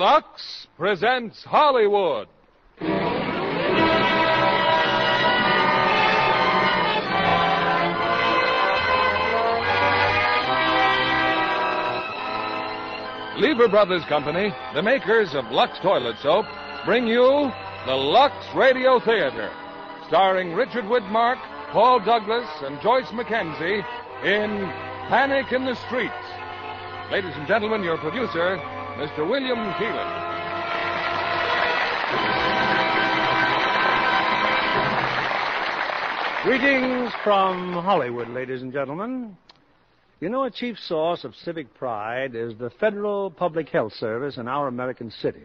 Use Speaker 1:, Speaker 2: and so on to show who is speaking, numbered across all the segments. Speaker 1: Lux presents Hollywood. Lever Brothers Company, the makers of Lux Toilet Soap, bring you the Lux Radio Theater, starring Richard Widmark, Paul Douglas, and Joyce McKenzie in Panic in the Streets. Ladies and gentlemen, your producer, Mr. William Keelan.
Speaker 2: Greetings from Hollywood, ladies and gentlemen. You know, a chief source of civic pride is the Federal Public Health Service in our American cities.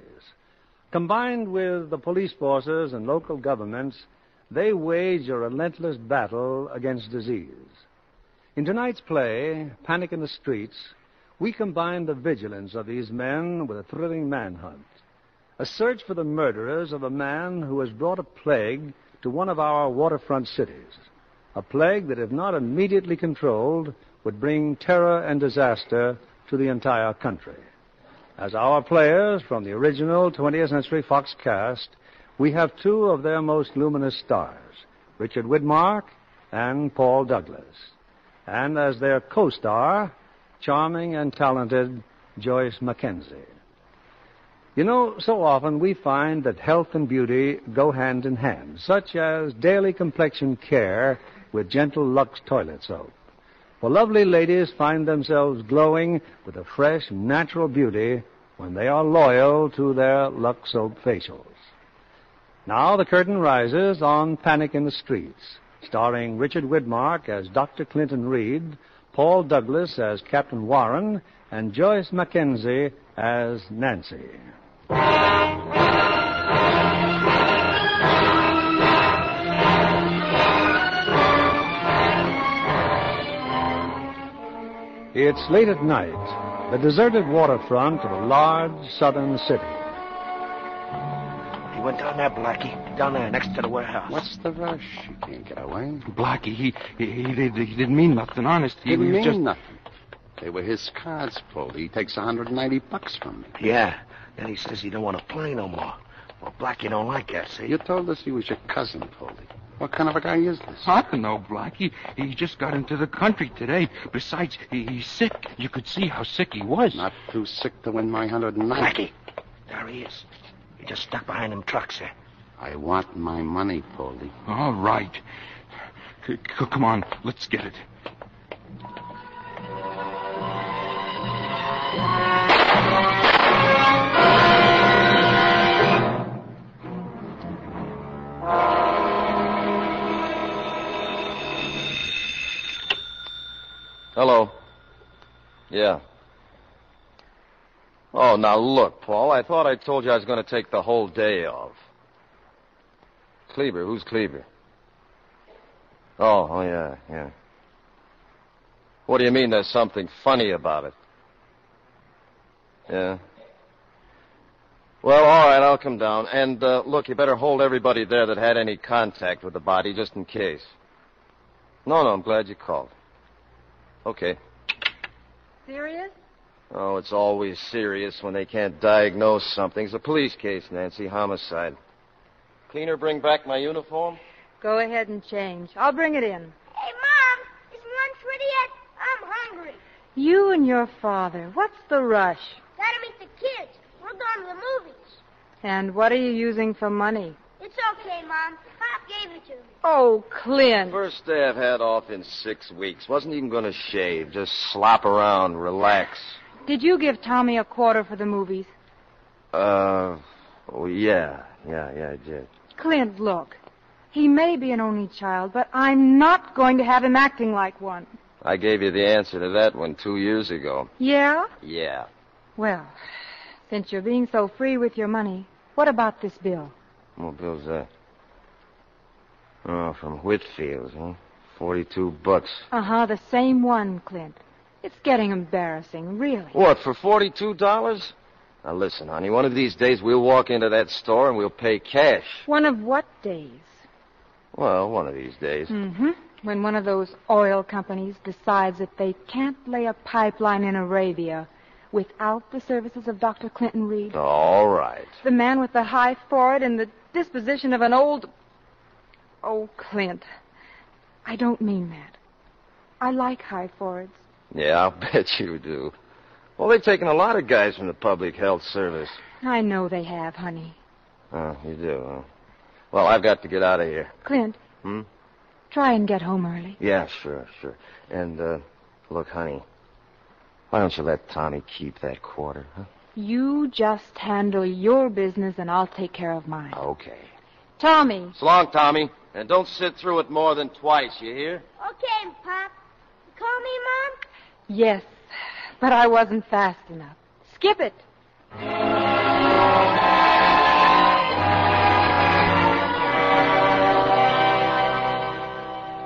Speaker 2: Combined with the police forces and local governments, they wage a relentless battle against disease. In tonight's play, Panic in the Streets, we combine the vigilance of these men with a thrilling manhunt, a search for the murderers of a man who has brought a plague to one of our waterfront cities, a plague that, if not immediately controlled, would bring terror and disaster to the entire country. As our players from the original 20th Century Fox cast, we have two of their most luminous stars, Richard Widmark and Paul Douglas. And as their co-star, charming and talented Joyce McKenzie. You know, so often we find that health and beauty go hand in hand, such as daily complexion care with gentle Lux toilet soap. For lovely ladies find themselves glowing with a fresh, natural beauty when they are loyal to their Lux soap facials. Now the curtain rises on Panic in the Streets, starring Richard Widmark as Dr. Clinton Reed, Paul Douglas as Captain Warren, and Joyce Mackenzie as Nancy. It's late at night, the deserted waterfront of a large southern city.
Speaker 3: He went down there, Blackie. Down there, next to the warehouse.
Speaker 4: What's the rush? You can't get away.
Speaker 5: uh, Blackie, he, he, he, did, he didn't mean nothing, honest. He,
Speaker 4: He didn't
Speaker 5: was
Speaker 4: mean
Speaker 5: just.
Speaker 4: nothing. They were his cards, Paul. He takes 190 bucks from me.
Speaker 3: Yeah. Then he says he don't want to play no more. Well, Blackie don't like that, see?
Speaker 4: You told us he was your cousin, Poldy. What kind of a guy is this?
Speaker 5: I don't know, Blackie. He just got into the country today. Besides, he, he's sick. You could see how sick he was.
Speaker 4: Not too sick to win my 190.
Speaker 3: Blackie. There he is. He just stuck behind them trucks there.
Speaker 4: I want my money, Poldy.
Speaker 5: All right. C- c- come on, let's get it.
Speaker 6: Hello. Yeah. Oh, now look, Paul. I thought I told you I was going to take the whole day off. Kleber, who's Kleber? Oh, oh yeah, yeah. What do you mean there's something funny about it? Yeah. Well, all right, I'll come down. And uh, look, you better hold everybody there that had any contact with the body just in case. No, no, I'm glad you called. Okay.
Speaker 7: Serious?
Speaker 6: Oh, it's always serious when they can't diagnose something. It's a police case, Nancy. Homicide. Cleaner, bring back my uniform.
Speaker 7: Go ahead and change. I'll bring it in.
Speaker 8: Hey, Mom, is lunch ready yet? I'm hungry.
Speaker 7: You and your father. What's the rush?
Speaker 8: Gotta meet the kids. We're going to the movies.
Speaker 7: And what are you using for money?
Speaker 8: It's okay, Mom. Pop gave it to me.
Speaker 7: Oh, Clint.
Speaker 6: First day I've had off in six weeks. Wasn't even going to shave. Just slop around, relax.
Speaker 7: Did you give Tommy a quarter for the movies?
Speaker 6: Uh, oh, yeah. Yeah, yeah, I did.
Speaker 7: Clint, look. He may be an only child, but I'm not going to have him acting like one.
Speaker 6: I gave you the answer to that one two years ago.
Speaker 7: Yeah?
Speaker 6: Yeah.
Speaker 7: Well, since you're being so free with your money, what about this bill?
Speaker 6: What bill's that? Oh, from Whitfield's, huh? Forty-two bucks.
Speaker 7: Uh huh, the same one, Clint. It's getting embarrassing, really.
Speaker 6: What, for $42? Now listen, honey, one of these days we'll walk into that store and we'll pay cash.
Speaker 7: One of what days?
Speaker 6: Well, one of these days.
Speaker 7: hmm When one of those oil companies decides that they can't lay a pipeline in Arabia without the services of Dr. Clinton Reed.
Speaker 6: All right.
Speaker 7: The man with the high forehead and the disposition of an old. Oh, Clint. I don't mean that. I like high foreheads.
Speaker 6: Yeah, I'll bet you do. Well, they've taken a lot of guys from the public health service.
Speaker 7: I know they have, honey.
Speaker 6: Oh, you do, huh? Well, I've got to get out of here.
Speaker 7: Clint.
Speaker 6: Hmm?
Speaker 7: Try and get home early.
Speaker 6: Yeah, sure, sure. And, uh, look, honey, why don't you let Tommy keep that quarter, huh?
Speaker 7: You just handle your business and I'll take care of mine.
Speaker 6: Okay.
Speaker 7: Tommy.
Speaker 6: So long, Tommy. And don't sit through it more than twice, you hear?
Speaker 8: Okay, Pop. Call me Mom?
Speaker 7: Yes, but I wasn't fast enough. Skip it.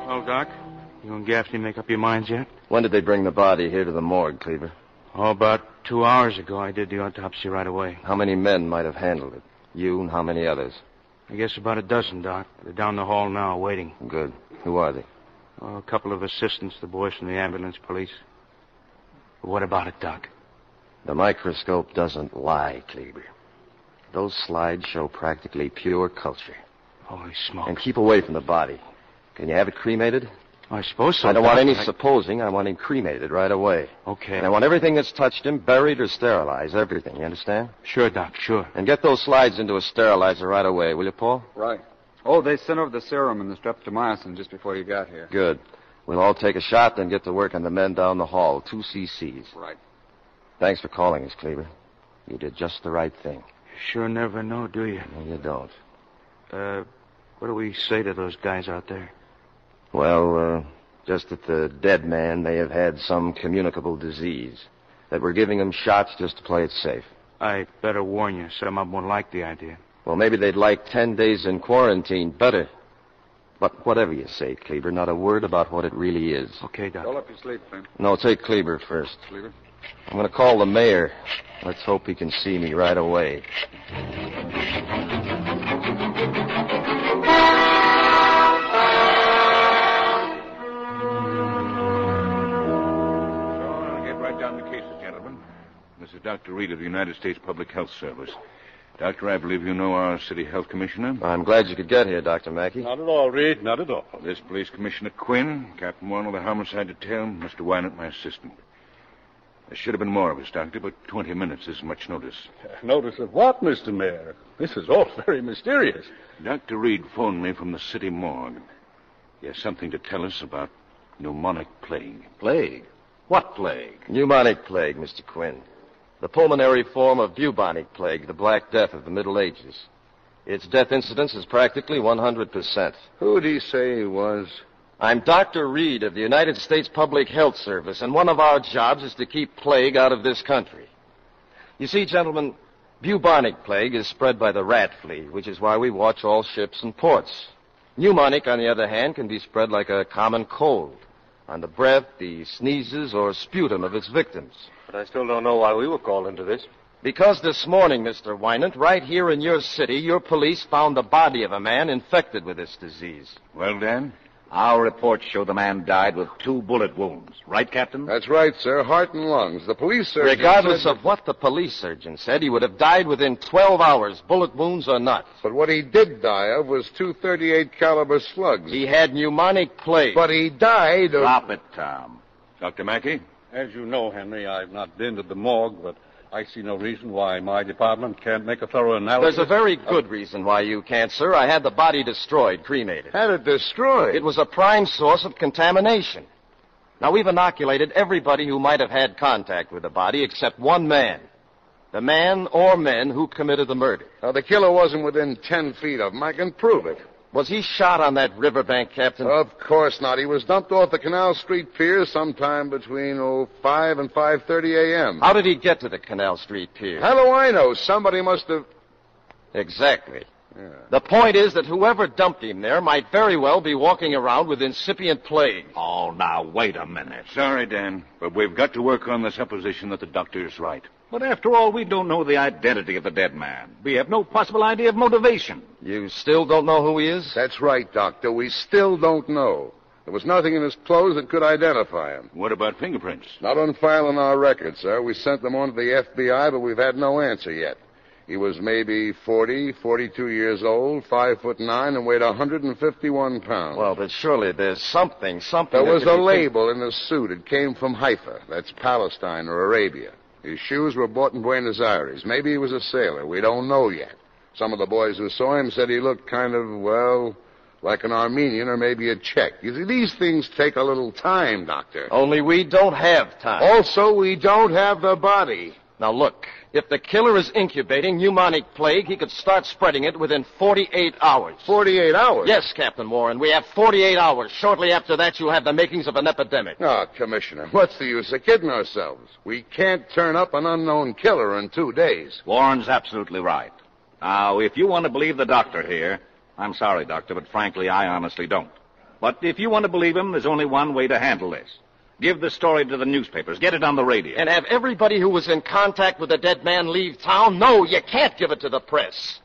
Speaker 5: Well, Doc, you and Gaffney make up your minds yet?
Speaker 6: When did they bring the body here to the morgue, Cleaver?
Speaker 5: Oh, about two hours ago, I did the autopsy right away.
Speaker 6: How many men might have handled it? You and how many others?
Speaker 5: I guess about a dozen, Doc. They're down the hall now, waiting.
Speaker 6: Good. Who are they?
Speaker 5: Oh, a couple of assistants, the boys from the ambulance police. But what about it, Doc?
Speaker 6: The microscope doesn't lie, Cleaver. Those slides show practically pure culture.
Speaker 5: Holy smoke.
Speaker 6: And keep away from the body. Can you have it cremated?
Speaker 5: I suppose so.
Speaker 6: I don't
Speaker 5: Doc.
Speaker 6: want any supposing. I want him cremated right away.
Speaker 5: Okay.
Speaker 6: And I want everything that's touched him buried or sterilized. Everything. You understand?
Speaker 5: Sure, Doc, sure.
Speaker 6: And get those slides into a sterilizer right away, will you, Paul?
Speaker 4: Right. Oh, they sent over the serum and the streptomycin just before you got here.
Speaker 6: Good. We'll all take a shot, then get to work on the men down the hall. Two CCs.
Speaker 4: Right.
Speaker 6: Thanks for calling us, Cleaver. You did just the right thing.
Speaker 5: Sure never know, do you?
Speaker 6: No, you don't.
Speaker 5: Uh, what do we say to those guys out there?
Speaker 6: Well, uh, just that the dead man may have had some communicable disease. That we're giving him shots just to play it safe.
Speaker 5: I better warn you, some of them won't like the idea.
Speaker 6: Well, maybe they'd like ten days in quarantine better. But whatever you say, Cleaver, not a word about what it really is.
Speaker 5: Okay, Doc.
Speaker 4: Roll up your sleeve, Clint.
Speaker 6: No, take Cleaver first.
Speaker 4: Cleaver.
Speaker 6: I'm going to call the mayor. Let's hope he can see me right away.
Speaker 9: So I'll get right down to cases, gentlemen. This is Dr. Reed of the United States Public Health Service. Doctor, I believe you know our city health commissioner.
Speaker 6: I'm glad you could get here, Dr. Mackey.
Speaker 10: Not at all, Reed, not at all.
Speaker 9: This police commissioner Quinn, Captain Warnell, the homicide detail, Mr. Wynant, my assistant. There should have been more of us, Doctor, but 20 minutes is much notice.
Speaker 10: Notice of what, Mr. Mayor? This is all very mysterious.
Speaker 9: Dr. Reed phoned me from the city morgue. He has something to tell us about pneumonic plague.
Speaker 4: Plague? What plague?
Speaker 6: Pneumonic plague, Mr. Quinn. The pulmonary form of bubonic plague, the Black Death of the Middle Ages. Its death incidence is practically 100%.
Speaker 4: Who'd he say he was?
Speaker 6: I'm Dr. Reed of the United States Public Health Service, and one of our jobs is to keep plague out of this country. You see, gentlemen, bubonic plague is spread by the rat flea, which is why we watch all ships and ports. Pneumonic, on the other hand, can be spread like a common cold on the breath, the sneezes, or sputum of its victims.
Speaker 10: But I still don't know why we were called into this.
Speaker 6: Because this morning, Mr. Wynant, right here in your city, your police found the body of a man infected with this disease.
Speaker 9: Well, Dan?
Speaker 3: Our reports show the man died with two bullet wounds. Right, Captain?
Speaker 4: That's right, sir. Heart and lungs. The police surgeon.
Speaker 6: Regardless
Speaker 4: said-
Speaker 6: of what the police surgeon said, he would have died within 12 hours, bullet wounds or not.
Speaker 4: But what he did die of was two 38 caliber slugs.
Speaker 6: He had pneumonic plague.
Speaker 4: But he died of.
Speaker 3: Drop it, Tom.
Speaker 9: Dr. Mackey?
Speaker 10: As you know, Henry, I've not been to the morgue, but I see no reason why my department can't make a thorough analysis.
Speaker 6: There's a very good reason why you can't, sir. I had the body destroyed, cremated.
Speaker 4: Had it destroyed.
Speaker 6: It was a prime source of contamination. Now, we've inoculated everybody who might have had contact with the body except one man. The man or men who committed the murder.
Speaker 4: Now, the killer wasn't within 10 feet of him. I can prove it.
Speaker 6: Was he shot on that riverbank, Captain?
Speaker 4: Of course not. He was dumped off the Canal Street Pier sometime between oh, 5 and 5.30 a.m.
Speaker 6: How did he get to the Canal Street Pier?
Speaker 4: How do I know? Somebody must have...
Speaker 6: Exactly.
Speaker 4: Yeah.
Speaker 6: The point is that whoever dumped him there might very well be walking around with incipient plague.
Speaker 3: Oh, now, wait a minute.
Speaker 9: Sorry, Dan, but we've got to work on the supposition that the doctor is right.
Speaker 3: But after all, we don't know the identity of the dead man. We have no possible idea of motivation.
Speaker 6: You still don't know who he is?
Speaker 4: That's right, Doctor. We still don't know. There was nothing in his clothes that could identify him.
Speaker 9: What about fingerprints?
Speaker 4: Not on file in our record, sir. We sent them on to the FBI, but we've had no answer yet. He was maybe 40, 42 years old, 5 foot 9, and weighed 151 pounds.
Speaker 6: Well, but surely there's something, something.
Speaker 4: There
Speaker 6: that
Speaker 4: was
Speaker 6: could
Speaker 4: a
Speaker 6: be-
Speaker 4: label in his suit. It came from Haifa. That's Palestine or Arabia. His shoes were bought in Buenos Aires. Maybe he was a sailor. We don't know yet. Some of the boys who saw him said he looked kind of, well, like an Armenian or maybe a Czech. You see, these things take a little time, Doctor.
Speaker 6: Only we don't have time.
Speaker 4: Also, we don't have the body.
Speaker 6: Now look, if the killer is incubating pneumonic plague, he could start spreading it within 48 hours.
Speaker 4: 48 hours?
Speaker 6: Yes, Captain Warren. We have 48 hours. Shortly after that, you'll have the makings of an epidemic.
Speaker 4: Ah, Commissioner, what's the use of kidding ourselves? We can't turn up an unknown killer in two days.
Speaker 11: Warren's absolutely right. Now, if you want to believe the doctor here, I'm sorry, doctor, but frankly, I honestly don't. But if you want to believe him, there's only one way to handle this. Give the story to the newspapers. Get it on the radio.
Speaker 6: And have everybody who was in contact with the dead man leave town? No, you can't give it to the press.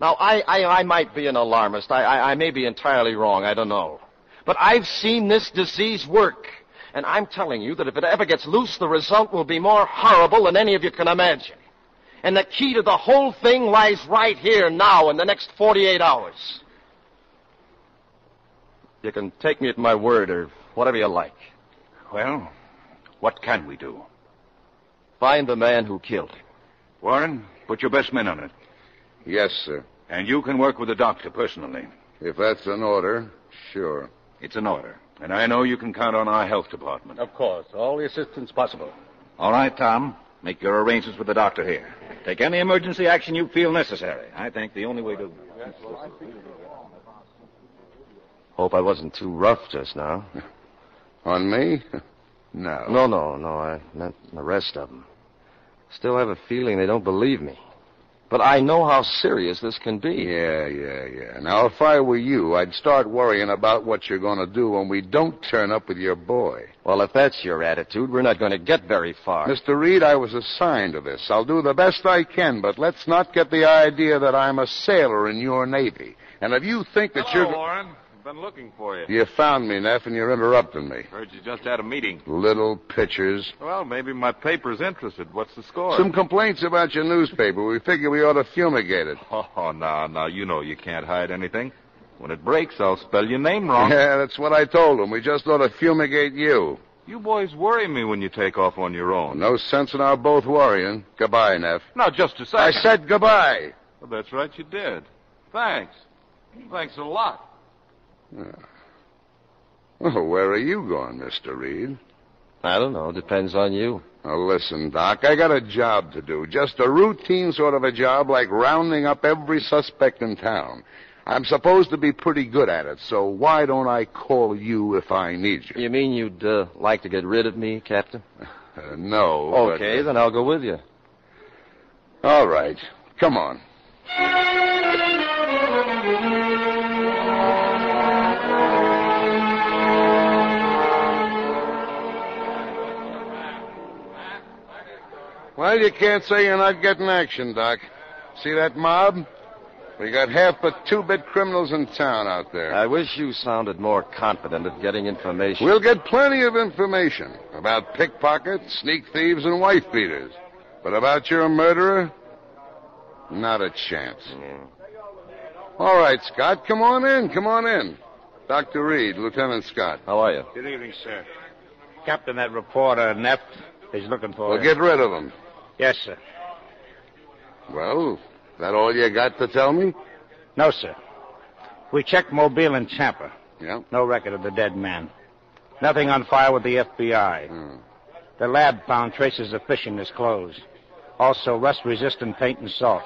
Speaker 6: Now, I, I, I might be an alarmist. I, I, I may be entirely wrong. I don't know. But I've seen this disease work. And I'm telling you that if it ever gets loose, the result will be more horrible than any of you can imagine. And the key to the whole thing lies right here now in the next 48 hours. You can take me at my word or whatever you like.
Speaker 9: Well, what can we do?
Speaker 6: Find the man who killed him.
Speaker 9: Warren, put your best men on it.
Speaker 4: Yes, sir.
Speaker 9: And you can work with the doctor personally.
Speaker 4: If that's an order, sure.
Speaker 9: It's an order. And I know you can count on our health department.
Speaker 10: Of course, all the assistance possible.
Speaker 11: All right, Tom. Make your arrangements with the doctor here. Take any emergency action you feel necessary. I think the only way to.
Speaker 6: Hope I wasn't too rough just now.
Speaker 4: On me? No.
Speaker 6: No, no, no. I meant the rest of them. Still have a feeling they don't believe me. But I know how serious this can be.
Speaker 4: Yeah, yeah, yeah. Now, if I were you, I'd start worrying about what you're going to do when we don't turn up with your boy.
Speaker 6: Well, if that's your attitude, we're not going to get very far.
Speaker 4: Mr. Reed, I was assigned to this. I'll do the best I can, but let's not get the idea that I'm a sailor in your Navy. And if you think that
Speaker 12: Hello,
Speaker 4: you're.
Speaker 12: Warren. I've been looking for you.
Speaker 4: You found me, Neff, and you're interrupting me.
Speaker 12: Heard you just had a meeting.
Speaker 4: Little pitchers.
Speaker 12: Well, maybe my paper's interested. What's the score?
Speaker 4: Some complaints about your newspaper. We figure we ought to fumigate it.
Speaker 12: Oh, now, now, you know you can't hide anything. When it breaks, I'll spell your name wrong.
Speaker 4: Yeah, that's what I told them. We just ought to fumigate you.
Speaker 12: You boys worry me when you take off on your own.
Speaker 4: No sense in our both worrying. Goodbye, Neff.
Speaker 12: Now, just a second.
Speaker 4: I said goodbye.
Speaker 12: Well, that's right, you did. Thanks. Thanks a lot.
Speaker 4: Well, where are you going, Mr. Reed?
Speaker 6: I don't know. Depends on you.
Speaker 4: Now, listen, Doc, I got a job to do. Just a routine sort of a job like rounding up every suspect in town. I'm supposed to be pretty good at it, so why don't I call you if I need you?
Speaker 6: You mean you'd uh, like to get rid of me, Captain?
Speaker 4: Uh, no. but-
Speaker 6: Okay, then I'll go with you.
Speaker 4: All right. Come on. Well, you can't say you're not getting action, Doc. See that mob? We got half the two bit criminals in town out there.
Speaker 6: I wish you sounded more confident of getting information.
Speaker 4: We'll get plenty of information about pickpockets, sneak thieves, and wife beaters. But about your murderer, not a chance.
Speaker 6: Mm.
Speaker 4: All right, Scott, come on in. Come on in. Dr. Reed, Lieutenant Scott.
Speaker 6: How are you?
Speaker 13: Good evening, sir. Captain, that reporter, Neff, is looking for
Speaker 4: Well,
Speaker 13: you.
Speaker 4: get rid of him.
Speaker 13: Yes, sir.
Speaker 4: Well, that all you got to tell me?
Speaker 13: No, sir. We checked Mobile and Champa.
Speaker 4: Yeah.
Speaker 13: No record of the dead man. Nothing on file with the FBI.
Speaker 6: Hmm.
Speaker 13: The lab found traces of fish in his clothes. Also, rust-resistant paint and salt.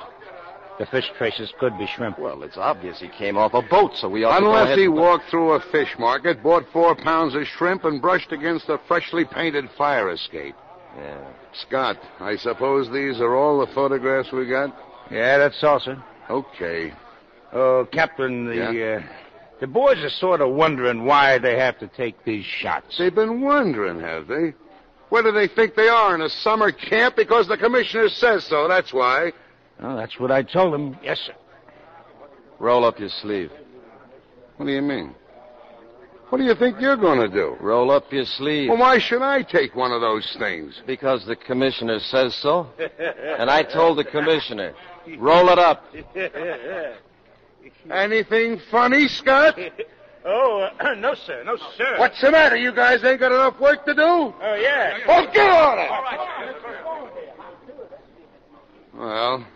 Speaker 13: The fish traces could be shrimp.
Speaker 6: Well, it's obvious he came off a boat, so we ought to go
Speaker 4: Unless
Speaker 6: ahead
Speaker 4: he
Speaker 6: and-
Speaker 4: walked through a fish market, bought four pounds of shrimp, and brushed against a freshly painted fire escape.
Speaker 6: Yeah.
Speaker 4: Scott, I suppose these are all the photographs we got?
Speaker 13: Yeah, that's all, sir.
Speaker 4: Okay.
Speaker 13: Oh, Captain, the uh, the boys are sort of wondering why they have to take these shots.
Speaker 4: They've been wondering, have they? Where do they think they are? In a summer camp? Because the commissioner says so, that's why.
Speaker 13: Oh, that's what I told them. Yes, sir.
Speaker 6: Roll up your sleeve.
Speaker 4: What do you mean? What do you think you're going to do?
Speaker 6: Roll up your sleeve.
Speaker 4: Well, why should I take one of those things?
Speaker 6: Because the commissioner says so. And I told the commissioner, roll it up.
Speaker 4: Anything funny, Scott?
Speaker 14: Oh, uh, no, sir. No, sir.
Speaker 4: What's the matter? You guys ain't got enough work to do?
Speaker 14: Oh, yeah.
Speaker 4: Well, get on it!
Speaker 14: All right.
Speaker 4: Well,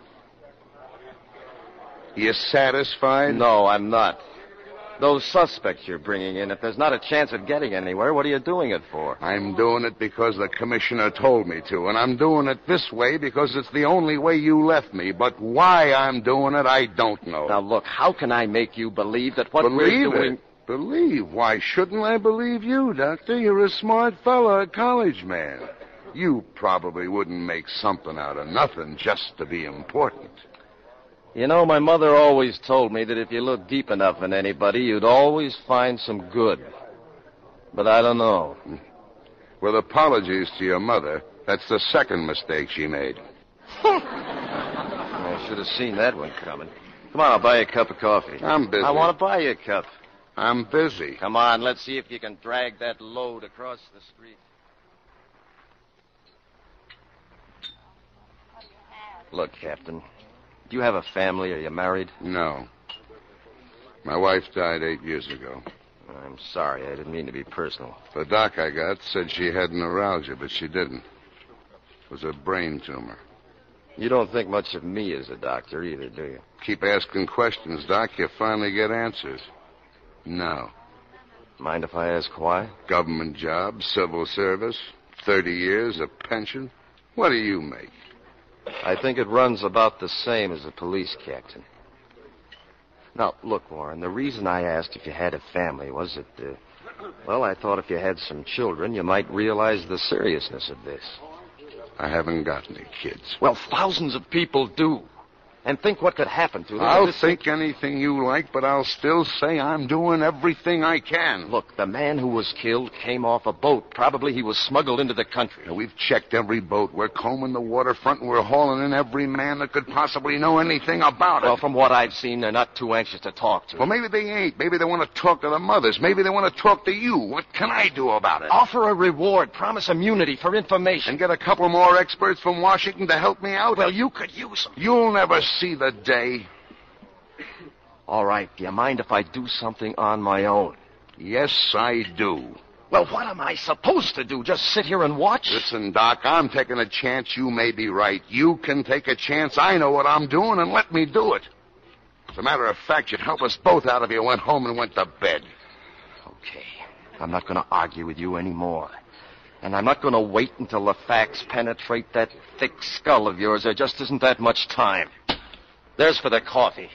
Speaker 4: you satisfied?
Speaker 6: No, I'm not. Those suspects you're bringing in, if there's not a chance of getting anywhere, what are you doing it for?
Speaker 4: I'm doing it because the commissioner told me to, and I'm doing it this way because it's the only way you left me. But why I'm doing it, I don't know.
Speaker 6: Now look, how can I make you believe that what
Speaker 4: believe
Speaker 6: we're doing?
Speaker 4: it. Believe? Why shouldn't I believe you, Doctor? You're a smart fella, a college man. You probably wouldn't make something out of nothing just to be important.
Speaker 6: You know, my mother always told me that if you look deep enough in anybody, you'd always find some good. But I don't know.
Speaker 4: With apologies to your mother, that's the second mistake she made.
Speaker 6: I should have seen that one coming. Come on, I'll buy you a cup of coffee.
Speaker 4: I'm busy.
Speaker 6: I want to buy you a cup.
Speaker 4: I'm busy.
Speaker 6: Come on, let's see if you can drag that load across the street. Look, Captain, do you have a family? Are you married?
Speaker 4: No. My wife died eight years ago.
Speaker 6: I'm sorry, I didn't mean to be personal.
Speaker 4: The doc I got said she had neuralgia, but she didn't. It was a brain tumor.
Speaker 6: You don't think much of me as a doctor either, do you?
Speaker 4: Keep asking questions, Doc. You finally get answers. No.
Speaker 6: Mind if I ask why?
Speaker 4: Government job, civil service, 30 years, a pension. What do you make?
Speaker 6: I think it runs about the same as a police captain. Now, look, Warren, the reason I asked if you had a family was that, uh, well, I thought if you had some children, you might realize the seriousness of this.
Speaker 4: I haven't got any kids.
Speaker 6: Well, thousands of people do. And think what could happen to them. if
Speaker 4: I'll
Speaker 6: this-
Speaker 4: think anything you like, but I'll still say I'm doing everything I can.
Speaker 6: Look, the man who was killed came off a boat. Probably he was smuggled into the country.
Speaker 4: Now, we've checked every boat. We're combing the waterfront, and we're hauling in every man that could possibly know anything about it.
Speaker 6: Well, from what I've seen, they're not too anxious to talk to.
Speaker 4: Well,
Speaker 6: him.
Speaker 4: maybe they ain't. Maybe they want to talk to the mothers. Maybe they want to talk to you. What can I do about it?
Speaker 6: Offer a reward, Oh, promise immunity for information.
Speaker 4: And get a couple more experts from Washington to help me out?
Speaker 6: Well, you could use them.
Speaker 4: You'll never see the day.
Speaker 6: All right, do you mind if I do something on my own?
Speaker 4: Yes, I do.
Speaker 6: Well, what am I supposed to do? Just sit here and watch?
Speaker 4: Listen, Doc, I'm taking a chance. You may be right. You can take a chance. I know what I'm doing, and let me do it. As a matter of fact, you'd help us both out if you went home and went to bed.
Speaker 6: Okay. I'm not going to argue with you anymore. And I'm not going to wait until the facts penetrate that thick skull of yours. There just isn't that much time. There's for the coffee.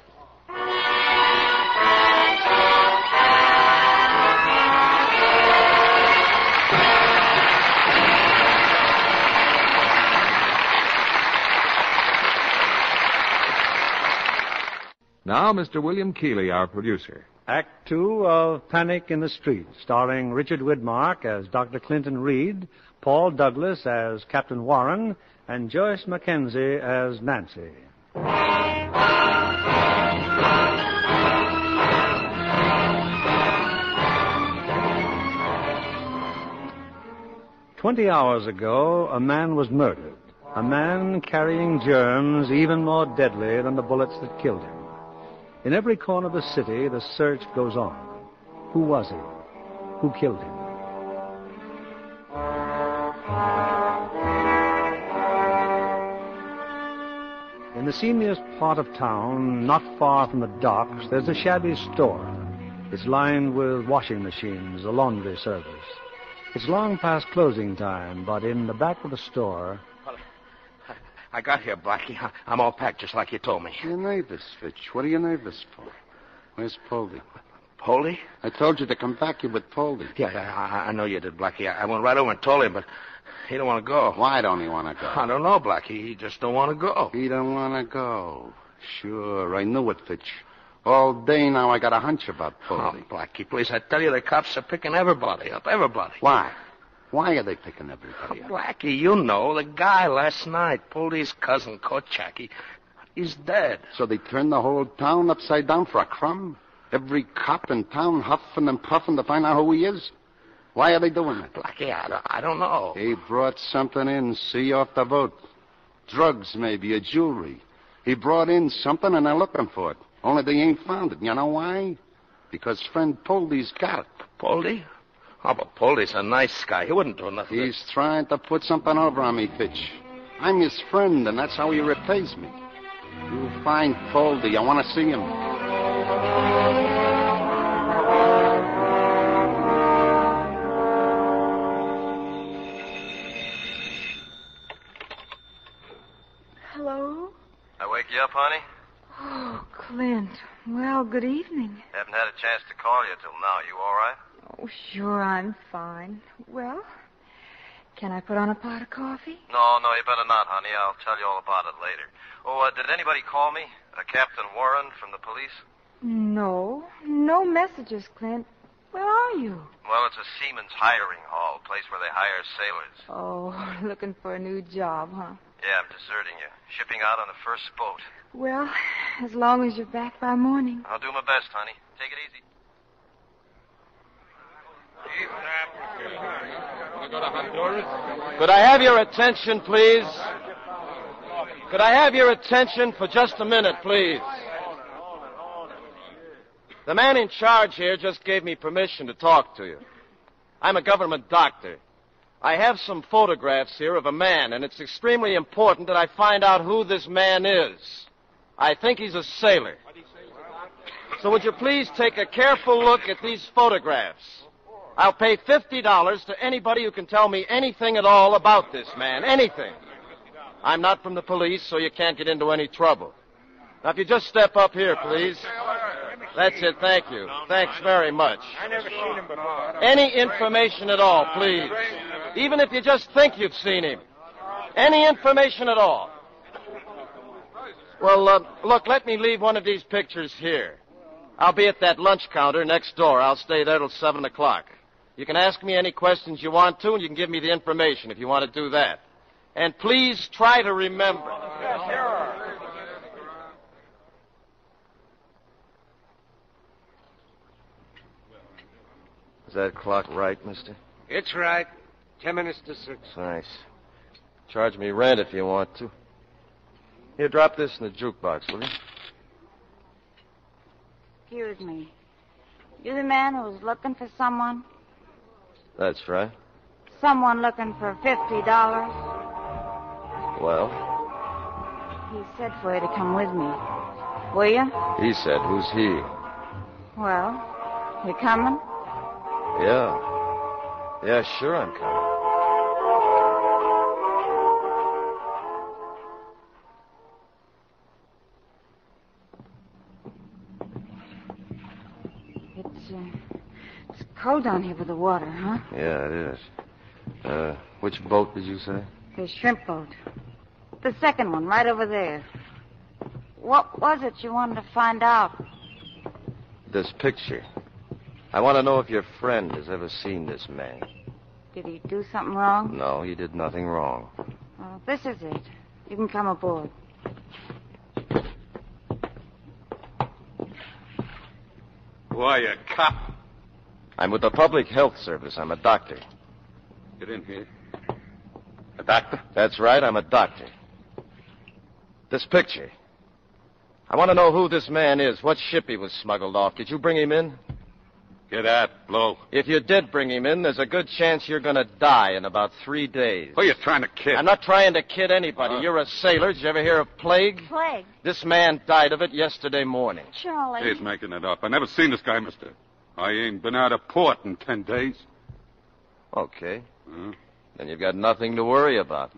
Speaker 12: Now, Mr. William Keeley, our producer.
Speaker 2: Act two of Panic in the Street, starring Richard Widmark as Dr. Clinton Reed, Paul Douglas as Captain Warren, and Joyce McKenzie as Nancy. Twenty hours ago, a man was murdered. A man carrying germs even more deadly than the bullets that killed him. In every corner of the city, the search goes on. Who was he? Who killed him? In the seamiest part of town, not far from the docks, there's a shabby store. It's lined with washing machines, a laundry service. It's long past closing time, but in the back of the store,
Speaker 3: I got here, Blackie. I- I'm all packed, just like you told me.
Speaker 15: You're nervous, Fitch. What are you nervous for? Where's Poldy?
Speaker 3: Poldy?
Speaker 15: I told you to come back here with Poldy.
Speaker 3: Yeah, I, I- I know you did, Blackie. I, I went right over and told him, but he don't want to go.
Speaker 15: Why don't he want to go?
Speaker 3: I don't know, Blackie. He just don't want to go.
Speaker 15: He don't want to go. Sure, I knew it, Fitch. All day now I got a hunch about
Speaker 3: Oh,
Speaker 15: Poldy.
Speaker 3: Blackie, please, I tell you, the cops are picking everybody up. Everybody.
Speaker 15: Why? Why are they picking everybody up?
Speaker 3: Blackie, you know, the guy last night, Poldy's cousin, Kochaki, he's dead.
Speaker 15: So they turned the whole town upside down for a crumb? Every cop in town huffing and puffing to find out who he is. Why are they doing it?
Speaker 3: Blackie, I, don't- I don't know.
Speaker 15: He brought something in, see off the boat. Drugs, maybe, or jewelry. He brought in something and they're looking for it. Only they ain't found it. You know why? Because friend Poldy's got it.
Speaker 3: Poldy? Oh, but Poldy's a nice guy. He wouldn't do nothing.
Speaker 15: He's trying to put something over on me, Fitch. I'm his friend, and that's how he repays me. You find Poldy. I want to see him.
Speaker 7: Hello?
Speaker 6: I wake you up, honey?
Speaker 7: Oh, Clint. Well, good evening.
Speaker 6: Haven't had a chance to call you till now. You all right?
Speaker 7: Oh, sure, I'm fine. Well, can I put on a pot of coffee?
Speaker 6: No, no, you better not, honey. I'll tell you all about it later. Oh, uh, did anybody call me? Uh, Captain Warren from the police?
Speaker 7: No. No messages, Clint. Where are you?
Speaker 6: Well, it's a seaman's hiring hall, a place where they hire sailors.
Speaker 7: Oh, looking for a new job, huh?
Speaker 6: Yeah, I'm deserting you. Shipping out on the first boat.
Speaker 7: Well, as long as you're back by morning.
Speaker 6: I'll do my best, honey. Take it easy.
Speaker 16: Could I have your attention, please? Could I have your attention for just a minute, please? The man in charge here just gave me permission to talk to you. I'm a government doctor. I have some photographs here of a man, and it's extremely important that I find out who this man is. I think he's a sailor. So would you please take a careful look at these photographs? I'll pay $50 to anybody who can tell me anything at all about this man. Anything. I'm not from the police, so you can't get into any trouble. Now, if you just step up here, please. That's it. Thank you. Thanks very much.
Speaker 14: I never seen him before.
Speaker 16: Any information at all, please. Even if you just think you've seen him. Any information at all. Well, uh, look, let me leave one of these pictures here. I'll be at that lunch counter next door. I'll stay there till 7 o'clock. You can ask me any questions you want to, and you can give me the information if you want to do that. And please try to remember.
Speaker 6: Is that clock right, mister?
Speaker 17: It's right. Ten minutes to six.
Speaker 6: Nice. Charge me rent if you want to. Here, drop this in the jukebox, will you?
Speaker 18: Excuse me. You the man who's looking for someone?
Speaker 6: That's right.
Speaker 18: Someone looking for fifty dollars?
Speaker 6: Well,
Speaker 18: He said for you to come with me. Will you?
Speaker 6: he said, who's he?
Speaker 18: Well, you coming?
Speaker 6: Yeah. Yeah, sure I'm coming.
Speaker 18: It's uh, it's cold down here with the water, huh?
Speaker 6: Yeah, it is. Uh, which boat did you say?
Speaker 18: The shrimp boat. The second one, right over there. What was it you wanted to find out?
Speaker 6: This picture. I want to know if your friend has ever seen this man.
Speaker 18: Did he do something wrong?
Speaker 6: No, he did nothing wrong.
Speaker 18: Oh, this is it. You can come aboard.
Speaker 10: Who are you, cop?
Speaker 6: I'm with the Public Health Service. I'm a doctor.
Speaker 10: Get in here.
Speaker 6: A doctor? That's right, I'm a doctor. This picture. I want to know who this man is, what ship he was smuggled off. Did you bring him in?
Speaker 10: Get out, blow.
Speaker 6: If you did bring him in, there's a good chance you're going to die in about three days.
Speaker 10: Who are you trying to kid?
Speaker 6: I'm not trying to kid anybody. You're a sailor. Did you ever hear of plague?
Speaker 18: Plague.
Speaker 6: This man died of it yesterday morning.
Speaker 18: Charlie.
Speaker 9: He's making it up. I never seen this guy, mister. I ain't been out of port in ten days.
Speaker 6: Okay. Then you've got nothing to worry about.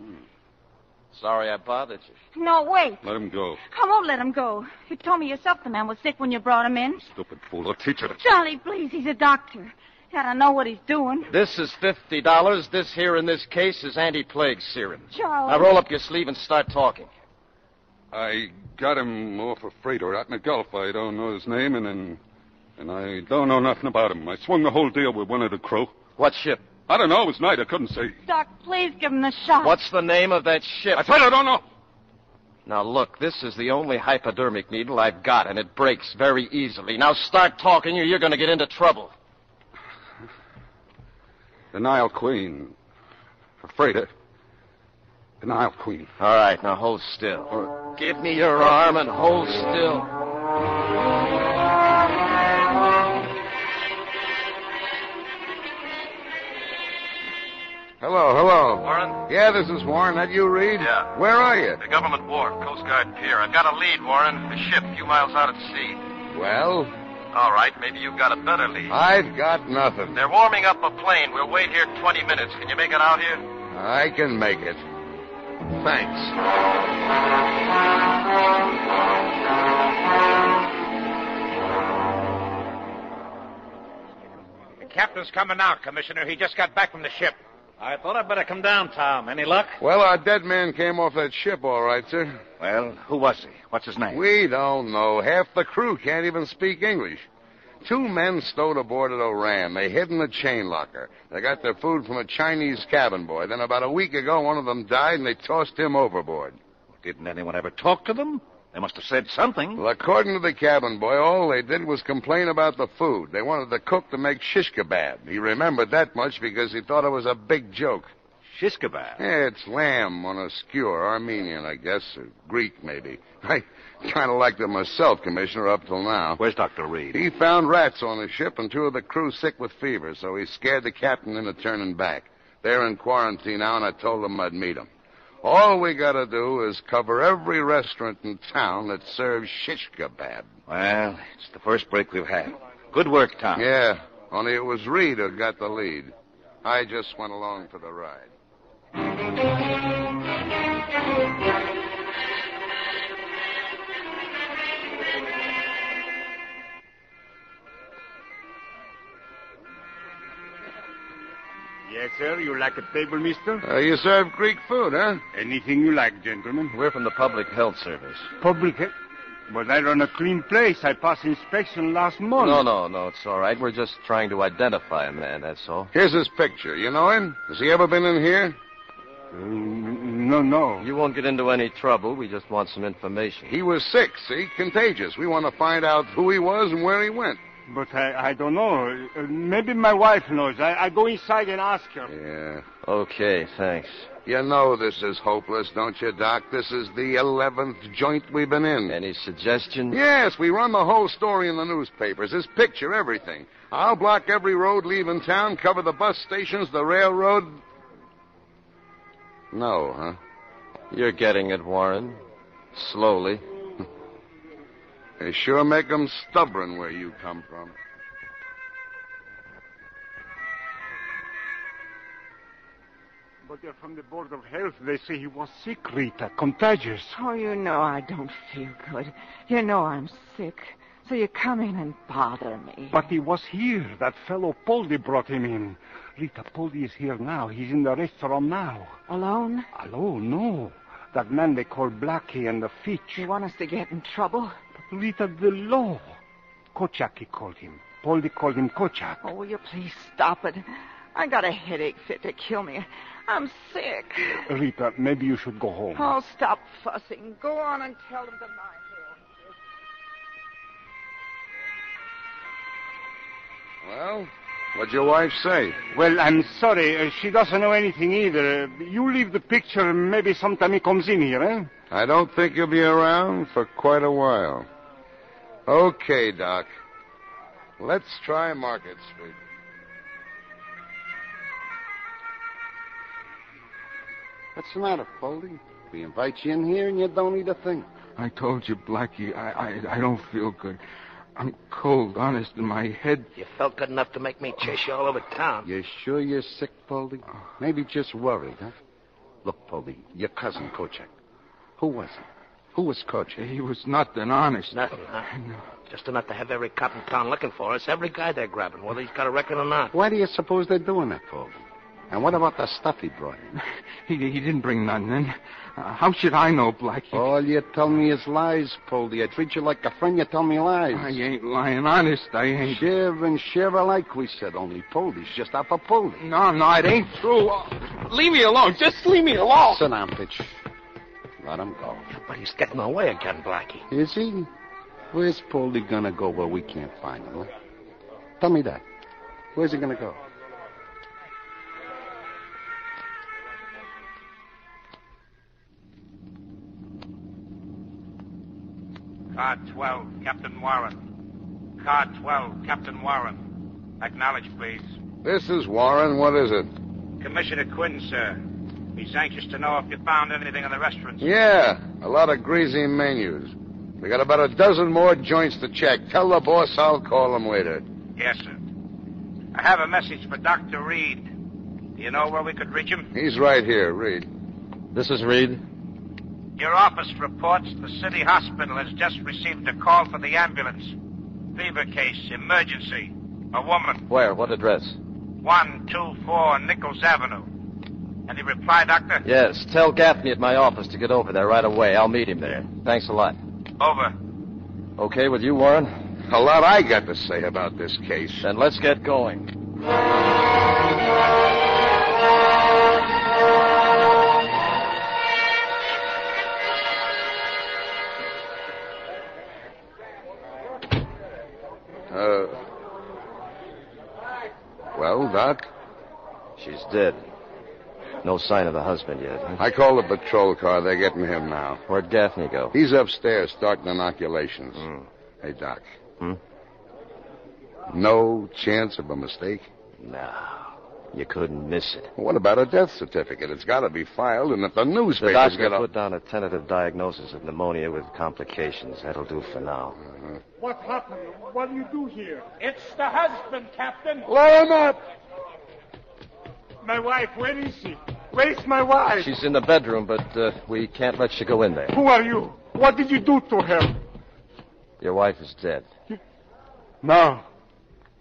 Speaker 6: Sorry I bothered you.
Speaker 18: No, wait.
Speaker 9: Let him go.
Speaker 18: I won't let him go. You told me yourself the man was sick when you brought him in.
Speaker 9: Stupid fool. I'll teach you to...
Speaker 18: Charlie, please, he's a doctor. I don't know what he's doing.
Speaker 6: This is fifty dollars. This here in this case is anti-plague serum.
Speaker 18: Charlie.
Speaker 6: Now roll up your sleeve and start talking.
Speaker 9: I got him off a freighter out in the Gulf. I don't know his name, and and, and I don't know nothing about him. I swung the whole deal with one of the crew.
Speaker 6: What ship?
Speaker 9: I don't know. It was night. I couldn't see.
Speaker 18: Doc, please give him the shot.
Speaker 6: What's the name of that ship?
Speaker 9: I said I don't know.
Speaker 16: Now, look, this is the only hypodermic needle I've got, and it breaks very easily. Now, start talking, or you're going to get into trouble.
Speaker 19: The Nile Queen. A freighter. The Nile Queen.
Speaker 16: All right, now hold still. Give me your arm and hold still.
Speaker 4: Hello, hello.
Speaker 20: Warren?
Speaker 4: Yeah, this is Warren. That you, Reed?
Speaker 20: Yeah.
Speaker 4: Where are you?
Speaker 20: The government wharf, Coast Guard pier. I've got a lead, Warren. A ship, a few miles out at sea.
Speaker 4: Well,
Speaker 20: All right, maybe you've got a better lead.
Speaker 4: I've got nothing.
Speaker 20: They're warming up a plane. We'll wait here 20 minutes. Can you make it out here?
Speaker 4: I can make it. Thanks.
Speaker 14: The captain's coming now, Commissioner. He just got back from the ship.
Speaker 11: I thought I'd better come down, Tom. Any luck?
Speaker 4: Well, our dead man came off that ship, all right, sir.
Speaker 11: Well, who was he? What's his name?
Speaker 4: We don't know. Half the crew can't even speak English. Two men stowed aboard at Oran. They hid in the chain locker. They got their food from a Chinese cabin boy. Then about a week ago, one of them died, and they tossed him overboard.
Speaker 11: Didn't anyone ever talk to them? They must have said something.
Speaker 4: Well, according to the cabin boy, all they did was complain about the food. They wanted the cook to make shish kebab. He remembered that much because he thought it was a big joke.
Speaker 11: Shish kebab?
Speaker 4: Yeah, it's lamb on a skewer. Armenian, I guess, or Greek, maybe. I kind of liked it myself, Commissioner, up till now.
Speaker 11: Where's Dr. Reed?
Speaker 4: He found rats on the ship and two of the crew sick with fever, so he scared the captain into turning back. They're in quarantine now, and I told them I'd meet them. All we gotta do is cover every restaurant in town that serves shish kebab.
Speaker 11: Well, it's the first break we've had. Good work, Tom.
Speaker 4: Yeah, only it was Reed who got the lead. I just went along for the ride.
Speaker 21: Yes, sir. You like a table, mister?
Speaker 4: Uh, you serve Greek food, huh?
Speaker 21: Anything you like, gentlemen.
Speaker 6: We're from the Public Health Service.
Speaker 21: Public health? But I run a clean place. I passed inspection last
Speaker 16: Oh,
Speaker 21: month.
Speaker 6: No, no, no, it's all right. We're just trying to identify a man, that's all.
Speaker 4: Here's his picture. You know him? Has he ever been in here?
Speaker 6: No,
Speaker 21: no.
Speaker 6: You won't get into any trouble. We just want some information.
Speaker 4: He was sick, see? Contagious. We want to find out who he was and where he went.
Speaker 21: But I, I don't know. Uh, Maybe my wife knows. I, I go inside and ask her.
Speaker 4: Yeah.
Speaker 6: Okay, thanks.
Speaker 4: You know this is hopeless, don't you, Doc? This is the 11th joint we've been in.
Speaker 6: Any suggestions?
Speaker 4: Yes, we run the whole story in the newspapers. His picture, everything. I'll block every road leaving town, cover the bus stations, the railroad. No, huh?
Speaker 6: You're getting it, Warren. Slowly.
Speaker 4: They sure make 'em stubborn where you come from.
Speaker 21: But uh, from the Board of Health, they say he was sick, Rita. Contagious.
Speaker 22: Oh, you know I don't feel good. You know I'm sick. So you come in and bother me.
Speaker 21: But he was here. That fellow Poldi brought him in. Rita, Poldi is here now. He's in the restaurant now.
Speaker 22: Alone?
Speaker 21: Alone? No. That man they call Blackie and the Fitch.
Speaker 22: You want us to get in trouble?
Speaker 21: But Rita, the law. Kochak, he called him. Poldi called him Kochak.
Speaker 22: Oh, will you please stop it? I got a headache fit to kill me. I'm sick.
Speaker 21: Rita, maybe you should go home.
Speaker 22: Oh, stop fussing. Go on and tell them to mind.
Speaker 4: Well, what'd your wife say?
Speaker 21: Well, I'm sorry. Uh, she doesn't know anything either. Uh, You leave the picture. Maybe sometime he comes in here, eh?
Speaker 4: I don't think you'll be around for quite a while. Okay, Doc. Let's try Market Street.
Speaker 15: What's the matter, Foldy? We invite you in here and you don't eat a thing.
Speaker 5: I told you, Blackie, I, I, I don't feel good. I'm cold, honest, in my head.
Speaker 3: You felt good enough to make me chase you all over town.
Speaker 15: You sure you're sick, Poldy? Maybe just worried, huh? Look, Poldy, your cousin, Kochak. Who was he? Who was Kochak?
Speaker 5: He was nothing, honest.
Speaker 3: Nothing, huh? Just enough to have every cop in town looking for us, every guy they're grabbing, whether he's got a record or not.
Speaker 15: Why do you suppose they're doing that, Poldy? And what about the stuff he brought in?
Speaker 5: He, he didn't bring none in. Uh, how should I know, Blackie?
Speaker 15: All you tell me is lies, Poldy. I treat you like a friend, you tell me lies.
Speaker 5: I ain't lying, honest, I ain't.
Speaker 15: Shiv and shiv alike, we said. Only Poldy's just up a Poldy.
Speaker 5: No, no, it ain't true. Leave me alone. Just leave me alone.
Speaker 15: Sit down, bitch. Let him go.
Speaker 3: But he's getting away again, Blackie.
Speaker 15: Is he? Where's Poldy gonna go where we can't find him? huh? Tell me that. Where's he gonna go?
Speaker 14: Car 12, Captain Warren. Car 12, Captain Warren. Acknowledge, please.
Speaker 4: This is Warren. What is it?
Speaker 14: Commissioner Quinn, sir. He's anxious to know if you found anything in the restaurants.
Speaker 4: Yeah, a lot of greasy menus. We got about a dozen more joints to check. Tell the boss I'll call him later.
Speaker 14: Yes, sir. I have a message for Dr. Reed. Do you know where we could reach him?
Speaker 4: He's right here, Reed.
Speaker 6: This is Reed.
Speaker 14: Your office reports the city hospital has just received a call for the ambulance. Fever case, emergency. A woman,
Speaker 6: Where? What address?
Speaker 14: 124 Nichols Avenue. Any reply, Doctor?
Speaker 6: Yes. Tell Gaffney at my office to get over there right away. I'll meet him there. Thanks a lot.
Speaker 14: Over.
Speaker 6: Okay with you, Warren?
Speaker 4: A lot I got to say about this case.
Speaker 6: Then let's get going.
Speaker 4: Uh. Well, Doc?
Speaker 6: She's dead. No sign of the husband yet. huh?
Speaker 4: I called the patrol car. They're getting him now.
Speaker 6: Where'd Gaffney go?
Speaker 4: He's upstairs starting inoculations. Hey, Doc.
Speaker 6: Hmm?
Speaker 4: No chance of a mistake?
Speaker 6: No. You couldn't miss it.
Speaker 4: What about a death certificate? It's got to be filed, and if the
Speaker 6: The
Speaker 4: newspapers
Speaker 6: doctor
Speaker 4: get a...
Speaker 6: put down a tentative diagnosis of pneumonia with complications. That'll do for now.
Speaker 4: Uh-huh.
Speaker 21: What happened? What do you do here?
Speaker 14: It's the husband, Captain.
Speaker 4: Let him up!
Speaker 21: My wife, where is she? Where's my wife?
Speaker 6: She's in the bedroom, but uh, we can't let you go in there.
Speaker 21: Who are you? What did you do to her?
Speaker 6: Your wife is dead.
Speaker 21: No.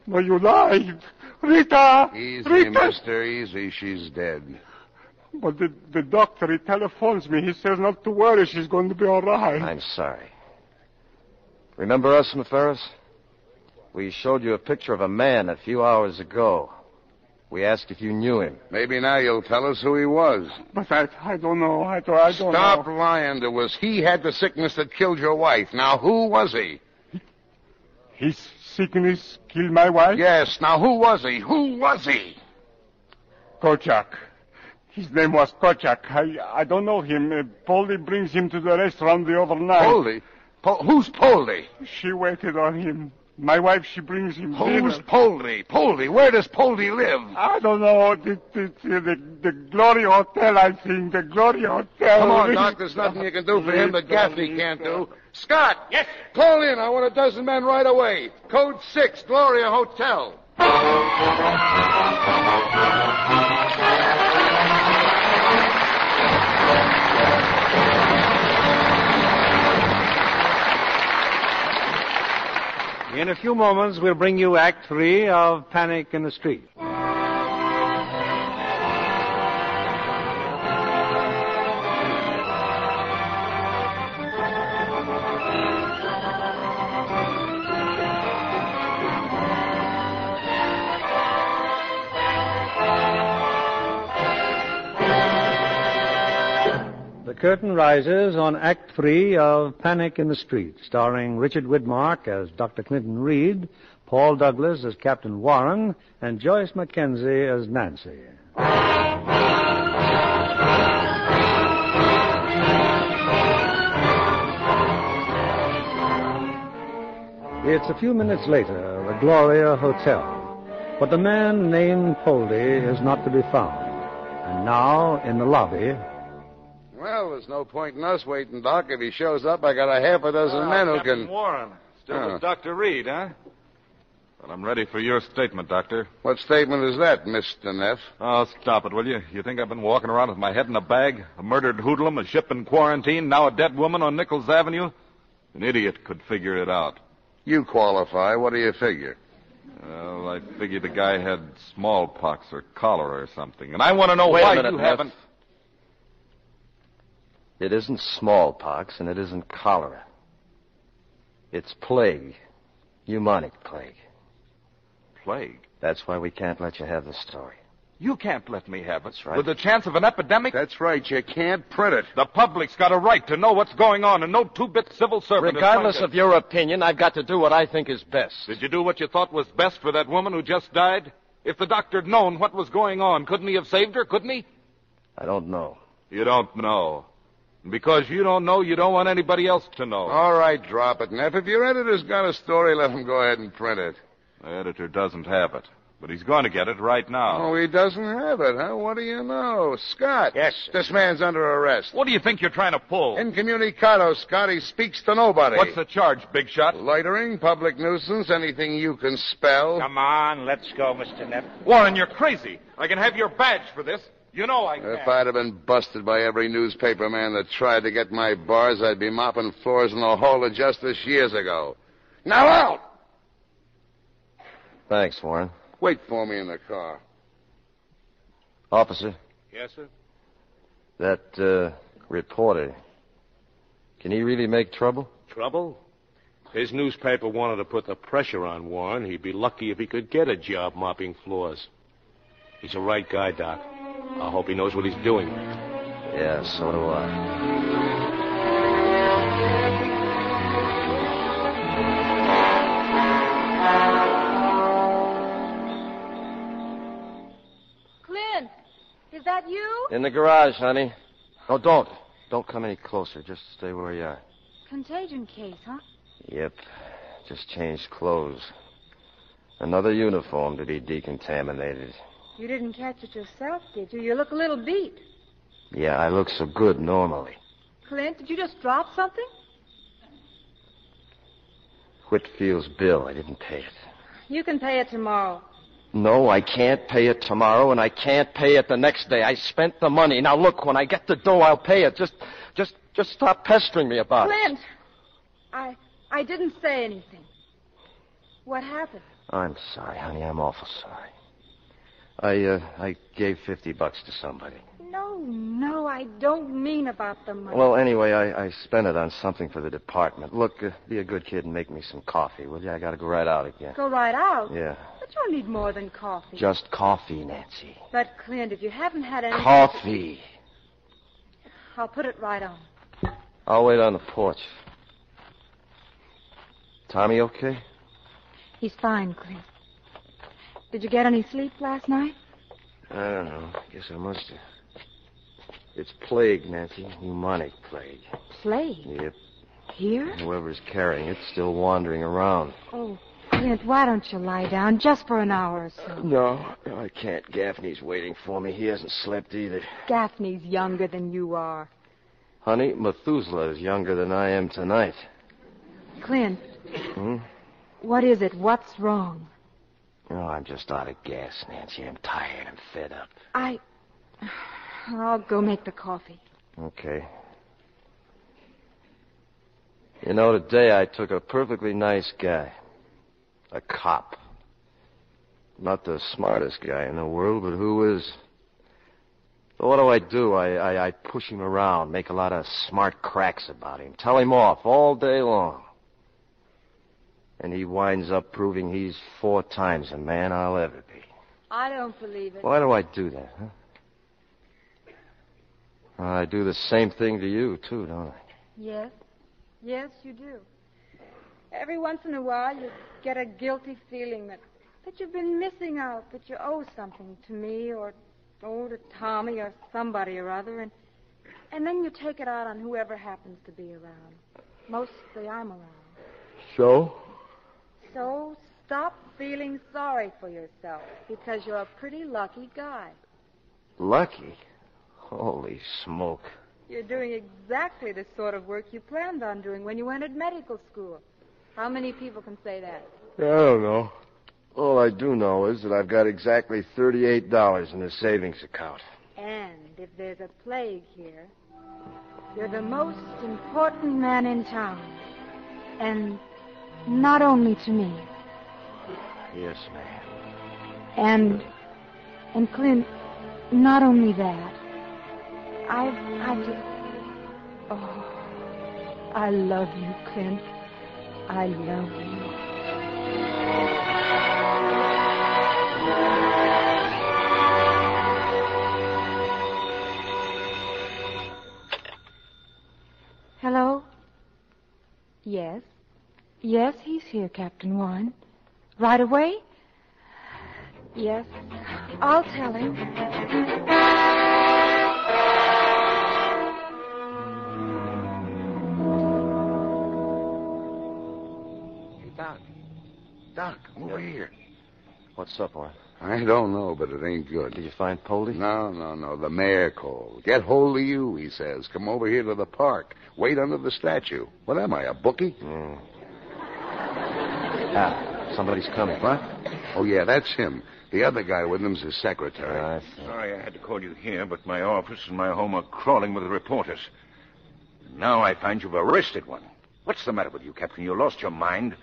Speaker 21: No, you lied. Rita!
Speaker 4: Easy,
Speaker 21: Rita!
Speaker 4: mister, easy. She's dead.
Speaker 21: But the, the doctor, he telephones me. He says not to worry. She's going to be all right.
Speaker 6: I'm sorry. Remember us, Ferris? We showed you a picture of a man a few hours ago. We asked if you knew him.
Speaker 4: Maybe now you'll tell us who he was.
Speaker 21: But I, I don't know. I, don't- I don't know.
Speaker 4: Stop lying to us. He had the sickness that killed your wife. Now, who was he?
Speaker 21: His sickness killed my wife?
Speaker 4: Yes. Now, who was he? Who was he?
Speaker 21: Kochak. His name was Kochak. I, I don't know him. Uh, Poldy brings him to the restaurant the overnight.
Speaker 4: Poldy? Po- who's Poldy?
Speaker 21: She waited on him. My wife, she brings him
Speaker 4: Who's
Speaker 21: dinner.
Speaker 4: Poldy? Poldy, where does Poldy live?
Speaker 21: I don't know. The, the, the, the Glory Hotel, I think. The Glory Hotel.
Speaker 4: Come on, Doc. There's nothing you can do for him that Gaffney can't do. Scott! Yes? Call in. I want a dozen men right away. Code 6, Gloria Hotel.
Speaker 2: In a few moments, we'll bring you Act Three of Panic in the Street. The curtain rises on Act Three of Panic in the Street, starring Richard Widmark as Dr. Clinton Reed, Paul Douglas as Captain Warren, and Joyce Mackenzie as Nancy. It's a few minutes later, the Gloria Hotel, but the man named Poldy is not to be found. And now, in the lobby,
Speaker 4: Well, there's no point in us waiting, Doc. If he shows up, I got a half a dozen men who can.
Speaker 12: Warren. Still
Speaker 4: Huh.
Speaker 12: with Dr. Reed, huh? Well, I'm ready for your statement, Doctor.
Speaker 4: What statement is that, Mr. Neff?
Speaker 12: Oh, stop it, will you? You think I've been walking around with my head in a bag? A murdered hoodlum, a ship in quarantine, now a dead woman on Nichols Avenue? An idiot could figure it out.
Speaker 4: You qualify. What do you figure?
Speaker 12: Well, I figured the guy had smallpox or cholera or something, and I want to know
Speaker 6: Wait a
Speaker 12: why
Speaker 6: minute,
Speaker 12: you
Speaker 6: Neff.
Speaker 12: haven't.
Speaker 6: It isn't smallpox and it isn't cholera. It's plague. Pneumonic plague.
Speaker 12: Plague?
Speaker 6: That's why we can't let you have the story.
Speaker 12: You can't let me have it. That's
Speaker 4: right.
Speaker 12: With the chance of an epidemic?
Speaker 4: That's right. You can't print it.
Speaker 12: The public's got a right to know what's going on, and no two-bit civil servant. is
Speaker 6: Regardless
Speaker 12: going to-
Speaker 6: of your opinion, I've got to do what I think is best.
Speaker 12: Did you do what you thought was best for that woman who just died? If the doctor'd known what was going on, couldn't he have saved her? Couldn't he?
Speaker 6: I don't know.
Speaker 12: You don't know. And Because you don't know, you don't want anybody else to know.
Speaker 4: All right, drop it, Neff. If your editor's got a story, let him go ahead and print it.
Speaker 12: The editor doesn't have it, but he's going to get it right now.
Speaker 4: Oh, he doesn't have it, huh? What do you know? Scott. Yes. This man's under arrest.
Speaker 12: What do you think you're trying to pull?
Speaker 4: Incommunicado, Scott. He speaks to nobody.
Speaker 12: What's the charge, Big Shot?
Speaker 4: Loitering, public nuisance, anything you can spell.
Speaker 23: Come on, let's go, Mr. Neff.
Speaker 12: Warren, you're crazy. I can have your badge for this. You know I
Speaker 4: If
Speaker 12: can.
Speaker 4: I'd have been busted by every newspaper man that tried to get my bars, I'd be mopping floors in the Hall of Justice years ago. Now out!
Speaker 6: Thanks, Warren.
Speaker 4: Wait for me in the car.
Speaker 6: Officer,
Speaker 24: Yes, sir?
Speaker 6: that uh, reporter, can he really make trouble?
Speaker 9: Trouble? His newspaper wanted to put the pressure on Warren. He'd be lucky if he could get a job mopping floors. He's a right guy, Doc. I hope he knows what he's doing.
Speaker 6: Yeah, so do I.
Speaker 7: Clint, is that you?
Speaker 6: In the garage, honey. No, don't. Don't come any closer. Just stay where you are.
Speaker 7: Contagion case, huh?
Speaker 6: Yep. Just changed clothes. Another uniform to be decontaminated.
Speaker 7: You didn't catch it yourself, did you? You look a little beat.
Speaker 6: Yeah, I look so good normally.
Speaker 7: Clint, did you just drop something?
Speaker 6: Whitfield's bill, I didn't pay it.
Speaker 7: You can pay it tomorrow.
Speaker 6: No, I can't pay it tomorrow, and I can't pay it the next day. I spent the money. Now look, when I get the dough, I'll pay it. Just, just, just stop pestering me
Speaker 21: Uh,
Speaker 6: about it.
Speaker 7: Clint, I I didn't say anything. What happened?
Speaker 6: I'm sorry, honey. I'm awful sorry. I, uh, I gave fifty bucks to somebody.
Speaker 7: No, no, I don't mean about the money.
Speaker 6: Well, anyway, I, I spent it on something for the department. Look, uh, be a good kid and make me some coffee, will you? I gotta go right out again.
Speaker 7: go right out.
Speaker 6: Yeah,
Speaker 7: But you'll need more than coffee.
Speaker 6: just coffee, Nancy.
Speaker 7: But Clint, if you haven't had any,
Speaker 6: Coffee.
Speaker 7: I'll put it right on.
Speaker 6: I'll wait on the porch. Tommy, okay?
Speaker 7: He's fine, Clint. Did you get any sleep last night?
Speaker 6: I don't know. Guess I must have. It's plague, Nancy. Pneumonic plague.
Speaker 7: Play
Speaker 6: Yep.
Speaker 7: here?
Speaker 6: Whoever's carrying it's still wandering around.
Speaker 7: Oh, Clint, why don't you lie down just for an hour or so?
Speaker 6: No, no, I can't. Gaffney's waiting for me. He hasn't slept either.
Speaker 7: Gaffney's younger than you are.
Speaker 6: Honey, Methuselah is younger than I am tonight.
Speaker 7: Clint,
Speaker 6: Hmm?
Speaker 7: what is it? What's wrong?
Speaker 6: No, Oh, I'm just out of gas, Nancy. I'm tired. I'm fed up.
Speaker 7: I. I'll go make the coffee.
Speaker 6: Okay. You know, today I took a perfectly nice guy. A cop. Not the smartest guy in the world, but who is. But what do I do? I, I, I push him around, make a lot of smart cracks about him, tell him off all day long. And he winds up proving he's four times the man I'll ever be.
Speaker 7: I don't believe it.
Speaker 6: Why do I do that, huh? Well, I do the same thing to you, too, don't I?
Speaker 7: Yes. Yes, you do. Every once in a while, you get a guilty feeling that, that you've been missing out, that you owe something to me or, oh, to Tommy or somebody or other, and, and then you take it out on whoever happens to be around. Mostly I'm around.
Speaker 6: So?
Speaker 7: So stop feeling sorry for yourself because you're a pretty lucky guy.
Speaker 6: Lucky? Holy smoke.
Speaker 7: You're doing exactly the sort of work you planned on doing when you entered medical school. How many people can say that?
Speaker 6: I don't know. All I do know is that I've got exactly $38 in the savings account.
Speaker 7: And if there's a plague here, you're the most important man in town. And not only to me.
Speaker 6: Yes, ma'am.
Speaker 7: And and Clint, not only that. I've I just Oh I love you, Clint. I love you.
Speaker 25: Thank
Speaker 22: Yes? Yes, he's here, Captain Warren. Right away? Yes. I'll tell him.
Speaker 9: Hey, Doc. Doc, over here.
Speaker 6: What's up, Warren?
Speaker 4: I don't know, but it ain't good. Did
Speaker 6: you find Poldy?
Speaker 4: No, no, no. The mayor called. Get hold of you, he says. Come over here to the park. Wait under the statue. What am I, a bookie?
Speaker 6: Mm. Ah, somebody's coming.
Speaker 4: What? Oh, yeah, that's him. The other guy with him's his secretary.
Speaker 9: Sorry I had to call you here, but my office and my home are crawling with reporters. Now I find you've arrested one. What's the matter with you, Captain? You lost your mind.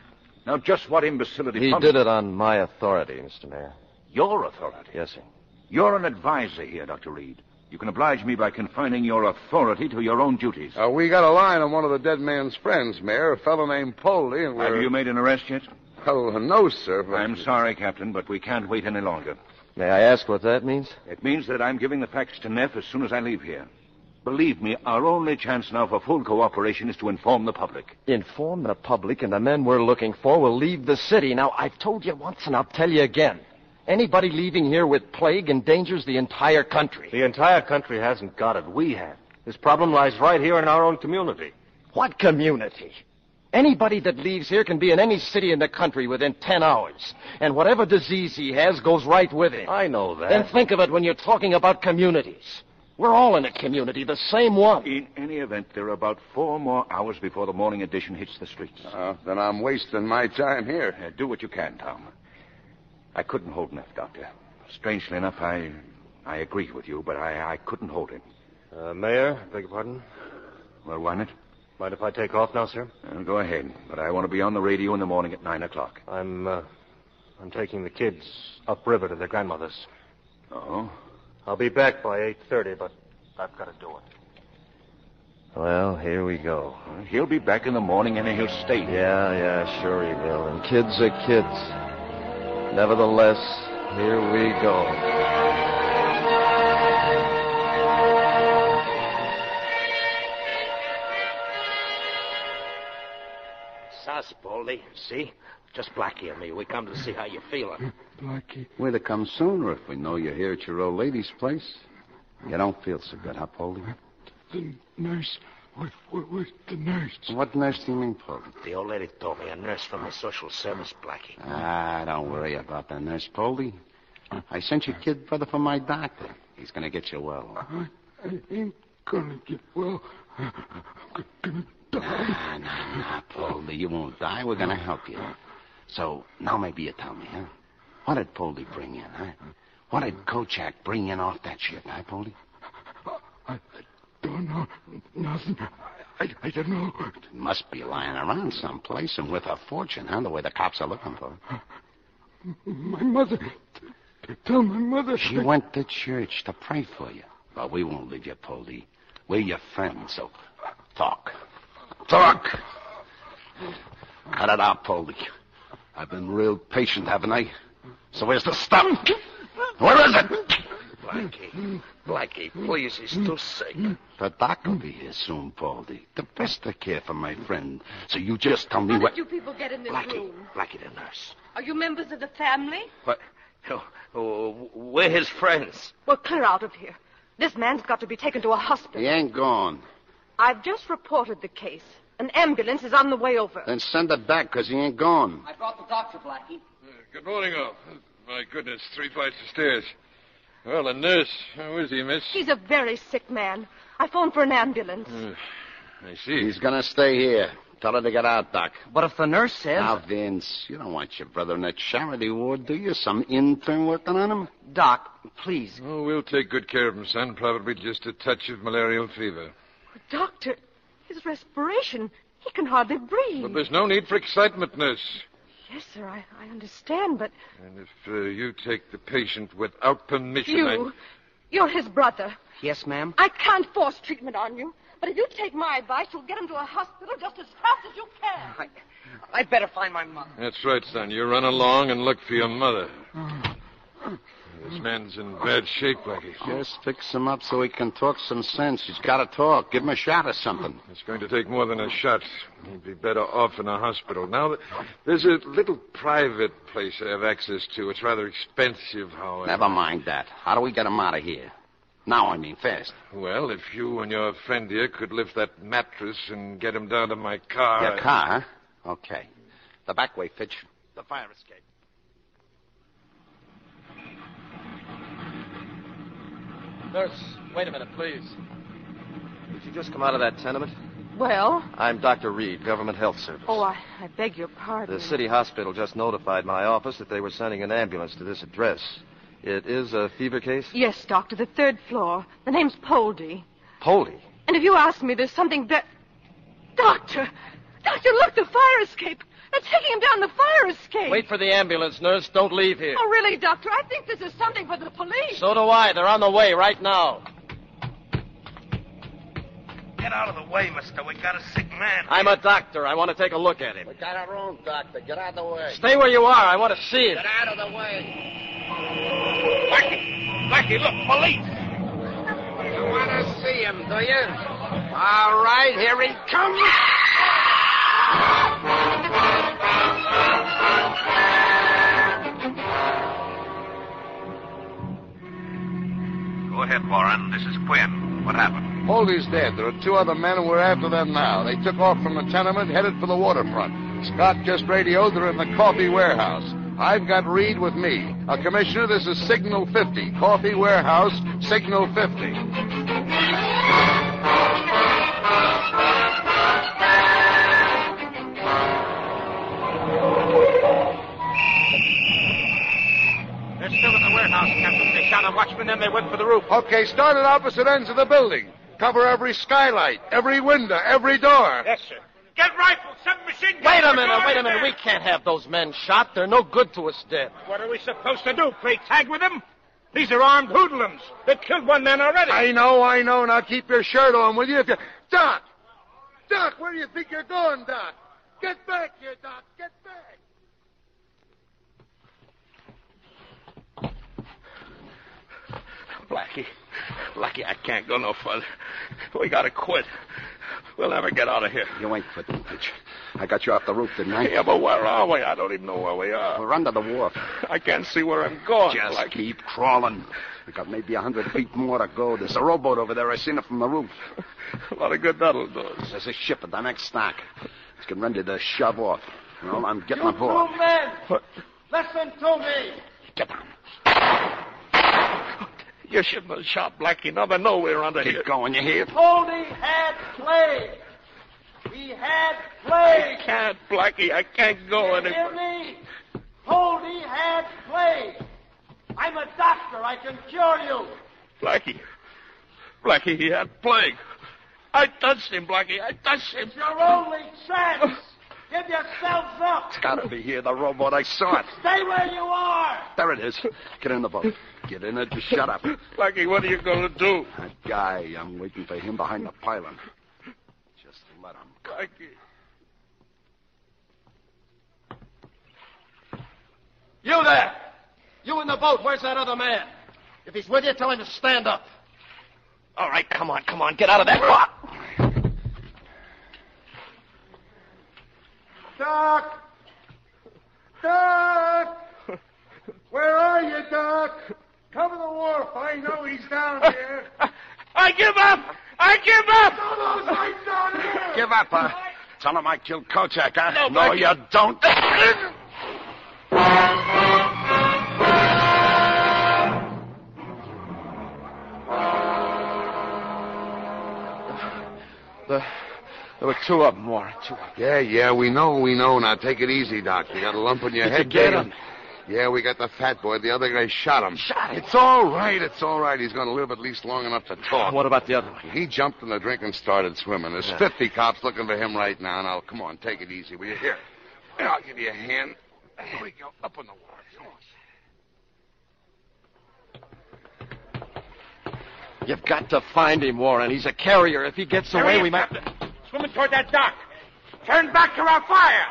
Speaker 9: Now, just what imbecility...
Speaker 6: He
Speaker 9: prompted-
Speaker 6: did it on my authority, Mr. Mayor.
Speaker 9: Your authority?
Speaker 6: Yes, sir.
Speaker 9: You're an advisor here, Dr. Reed. You can oblige me by confining your authority to your own
Speaker 6: Oh,
Speaker 9: duties.
Speaker 4: Uh, we got a line on one of the dead man's friends, Mayor, a fellow named Poldy, and we're...
Speaker 9: Have you made an arrest yet?
Speaker 4: Oh, no, sir.
Speaker 9: I'm sorry, Captain, but we can't wait any longer.
Speaker 6: May I ask what that means?
Speaker 9: It means that I'm giving the facts to Neff as soon as I leave here. Believe me, our only chance now for full cooperation is to inform the public.
Speaker 6: Inform the public and the men we're looking for will leave the city. Now, I've told you once and I'll tell you again. Anybody leaving here with plague endangers the entire country.
Speaker 1: The entire country hasn't got it. We have. This problem lies right here in our own community.
Speaker 6: What community? Anybody that leaves here can be in any city in the country within 10 hours. And whatever disease he has goes right with him.
Speaker 1: I know that.
Speaker 6: Then think of it when you're talking about communities. We're all in a community, the same one.
Speaker 9: In any event, there are about four more hours before the morning edition hits the streets.
Speaker 1: Ah,
Speaker 9: Uh,
Speaker 4: Uh, then I'm wasting my time here.
Speaker 9: do what you can, Tom. I couldn't hold Neff, Doctor. Strangely enough, I I agree with you, but I, I couldn't hold him.
Speaker 1: Uh, Mayor, I beg your pardon?
Speaker 9: Well, why not?
Speaker 1: Mind if I take off now, sir?
Speaker 9: Uh, go ahead, but I want to be on the radio in the morning at 9 o'clock.
Speaker 1: I'm, uh, I'm taking the kids upriver to their grandmother's.
Speaker 9: Oh?
Speaker 1: I'll be back by 8.30, but I've got to do it.
Speaker 6: Well, here we go.
Speaker 9: He'll be back in the morning and he'll stay.
Speaker 1: Ah,
Speaker 6: Yeah, yeah, sure he will. And kids are kids. Nevertheless, here we go.
Speaker 17: Sus, Baldy. See? Just Blackie and me. We come to see how you're feeling.
Speaker 15: Blackie. We'd have come sooner if we know you're here at your old lady's place. You don't feel so good, huh, Poldy?
Speaker 19: The nurse. What, what, what, the nurse?
Speaker 15: What nurse do you mean, Poldy?
Speaker 17: The old lady told me a nurse from the social service, Blackie.
Speaker 15: Ah, don't worry about the nurse, Poldy. I sent your kid brother for my doctor. He's going to get you well.
Speaker 19: I, I ain't gonna get well. I'm gonna
Speaker 15: die. Nah, nah, Poldy, you won't die. We're going to help you. So, now maybe you tell me, huh? What did Poldy bring in, huh? What did Kochak bring in off that ship, huh, Poldy?
Speaker 19: Don't know nothing. I, I don't know.
Speaker 15: Must be lying around someplace and with a fortune, huh? The way the cops are looking for it.
Speaker 19: My mother. t- Tell my mother.
Speaker 15: She went to church to pray for you. But we won't leave you, Poldy. We're your friends, so talk. Talk! Cut it out, Poldy. I've been real patient, haven't I? So where's the stuff? Where is it?
Speaker 17: Blackie. Blackie, please, he's too sick.
Speaker 15: The doc will be here soon, Poldy. The best I care for my friend. So you just tell me what.
Speaker 8: you people get in this room?
Speaker 17: Blackie the nurse.
Speaker 8: Are you members of the family?
Speaker 17: What? Oh, oh, we're his friends.
Speaker 8: Well, clear out of here. This man's got to be taken to a hospital.
Speaker 15: He ain't gone.
Speaker 8: I've just reported the case. An ambulance is on the way over.
Speaker 15: Then send it back, because he ain't gone.
Speaker 8: I brought the doctor, Blackie.
Speaker 26: Good morning, all. My goodness, three flights of stairs. Well, a nurse. How is he, miss?
Speaker 8: He's a very sick man. I phoned for an ambulance.
Speaker 17: Hmm,
Speaker 15: I see. He's going to stay here. Tell her to get out, Doc.
Speaker 27: But if the nurse says.
Speaker 15: Now, Vince, you don't want your brother in a charity ward, do you? Some intern working on him?
Speaker 27: Doc, please.
Speaker 26: Oh, we'll take good care of him, son. Probably just a touch of malarial fever.
Speaker 8: Doctor, his respiration. He can hardly breathe.
Speaker 26: But there's no need for excitement, nurse.
Speaker 8: Yes, sir, I, I understand, but
Speaker 26: And if uh, you take the patient without permission,
Speaker 8: you.
Speaker 26: I...
Speaker 8: You're his brother.
Speaker 27: Yes, ma'am?
Speaker 8: I can't force treatment on you. But if you take my advice, you'll get him to a hospital just as fast as you can.
Speaker 27: I'd better find my mother.
Speaker 26: That's right, son. You run along and look for your mother. This man's in bad shape, Blackie.
Speaker 15: Just fix him up so he can talk some sense. He's got to talk. Give him a shot or something.
Speaker 26: It's going to take more than a shot. He'd be better off in a hospital. Now, there's a little private place I have access to. It's rather expensive, however.
Speaker 15: Never mind that. How do we get him out of here? Now, I mean, fast.
Speaker 26: Well, if you and your friend here could lift that mattress and get him down to my car.
Speaker 15: Your
Speaker 26: I-
Speaker 15: car, huh? Okay. The back way, Fitch. The fire escape.
Speaker 6: Nurse, wait a minute, please. Did you just come out of that tenement?
Speaker 28: Well,
Speaker 6: I'm Dr. Reed, Government Health Service.
Speaker 28: oh, I, I beg your pardon.
Speaker 6: The city hospital just notified my office that they were sending an ambulance to this address. It is a fever case?
Speaker 28: Yes, doctor, the third floor.
Speaker 8: The name's Poldy.
Speaker 6: Poldy.
Speaker 8: And if you ask me, there's something better. Doctor! Doctor, look, the fire escape! They're taking him down the fire escape!
Speaker 6: Wait for the ambulance, nurse. Don't leave here.
Speaker 8: Oh, really, Doctor? I think this is something for the police.
Speaker 6: So do I. They're on the way right now.
Speaker 14: Get out of the way, mister. We got a sick man.
Speaker 6: I'm a doctor. I want to take a look at him.
Speaker 15: We got our own doctor. Get out of the way.
Speaker 6: Stay where you are. I want to see him.
Speaker 15: Get out of the way.
Speaker 14: Blackie! Blackie, look, police!
Speaker 15: You want to see him, do you? All right, here he comes.
Speaker 14: Go ahead, Warren. This is Quinn. What happened?
Speaker 4: Poldy's dead. There are two other men, and we're after them now. They took off from the tenement, headed for the waterfront. Scott just radioed they're in the coffee warehouse. I've got Reed with me. Uh, Commissioner, this is Signal 50. Coffee warehouse, Signal 50.
Speaker 14: They're still in the warehouse, Captain. They shot a watchman, then they went for the roof.
Speaker 4: Okay, start at opposite ends of the building. Cover every skylight, every window, every door.
Speaker 14: Yes, sir. Get rifles, submachine guns.
Speaker 6: Wait a
Speaker 14: We're
Speaker 6: minute.
Speaker 14: going
Speaker 6: Wait a
Speaker 14: in
Speaker 6: minute.
Speaker 14: there.
Speaker 6: We can't have those men shot. They're no good to us dead.
Speaker 14: What are we supposed to do? Play tag with them? These are armed hoodlums. They killed one man already.
Speaker 4: I know, I know. Now keep your shirt on, will you? If you... Doc! Doc, where do you think you're going, Doc? Get back here, Doc. Get back.
Speaker 13: Blackie. Blackie, I can't go no further. We gotta quit. We'll never get out of here.
Speaker 15: You ain't quitting, Fitch. I got you off the roof, didn't I?
Speaker 13: Yeah, but where are we? I don't even know where we are.
Speaker 15: We're under the wharf.
Speaker 13: I can't see where I'm going.
Speaker 15: Just
Speaker 13: Blackie.
Speaker 15: keep crawling. We got maybe a hundred feet more to go. There's a rowboat over there. I seen it from the roof.
Speaker 13: A lot of good that'll do us.
Speaker 15: There's a ship at the next dock. It's getting ready to shove off. Well, I'm getting aboard.
Speaker 27: Two men! Listen to me!
Speaker 13: Get down. You shouldn't have shot Blackie. Now they know we're under here. Keep
Speaker 15: going, you hear?
Speaker 27: Poldy had plague! We had plague!
Speaker 13: I can't, Blackie. I can't go
Speaker 27: You hear
Speaker 13: anywhere.
Speaker 27: me? Poldy had plague! I'm a doctor. I can cure you.
Speaker 13: Blackie. Blackie, he had plague. I touched him, Blackie. I touched him.
Speaker 27: Your only chance. Give yourselves up.
Speaker 15: It's gotta be here, the rowboat. I saw it.
Speaker 27: Stay where you are.
Speaker 15: There it is. Get in the boat. Get in it and shut up.
Speaker 13: Blackie, what are you going to do?
Speaker 15: That guy, I'm waiting for him behind the pylon. Just let him.
Speaker 13: Blackie.
Speaker 6: You there! You in the boat. Where's that other man? If he's with you, tell him to stand up.
Speaker 13: All right, come on, come on. Get out of that rock.
Speaker 15: Doc! Doc! Where are you, Doc? Cover the wharf. I know he's down here.
Speaker 13: I give up! I give up!
Speaker 15: Give up, huh? Tell him I killed Kochak, huh?
Speaker 13: No,
Speaker 15: no
Speaker 13: Blackie.
Speaker 15: you don't.
Speaker 4: The, there were two of them, Warren. Two of them. Yeah, yeah, we know, we know. Now take it easy, Doc. You got a lump in your
Speaker 15: Did
Speaker 4: head.
Speaker 15: you get
Speaker 4: Dave.
Speaker 15: him?
Speaker 4: Yeah, we got the fat boy. The other guy shot him. Shot him. It's all right. It's all right. He's going to live at least long enough to talk.
Speaker 6: What about the other one?
Speaker 4: He jumped in the drink and started swimming. There's
Speaker 6: Yeah.
Speaker 4: 50 cops looking for him right now. Now, come on, take it easy, will you? Here. Here, I'll give you a hand. Here we go. Up on the water. Come on.
Speaker 6: You've got to find him, Warren. He's a carrier. If he gets
Speaker 14: Here
Speaker 6: away,
Speaker 14: he is,
Speaker 6: we might.
Speaker 14: Captain. Swimming toward that dock. Turn back to our fire.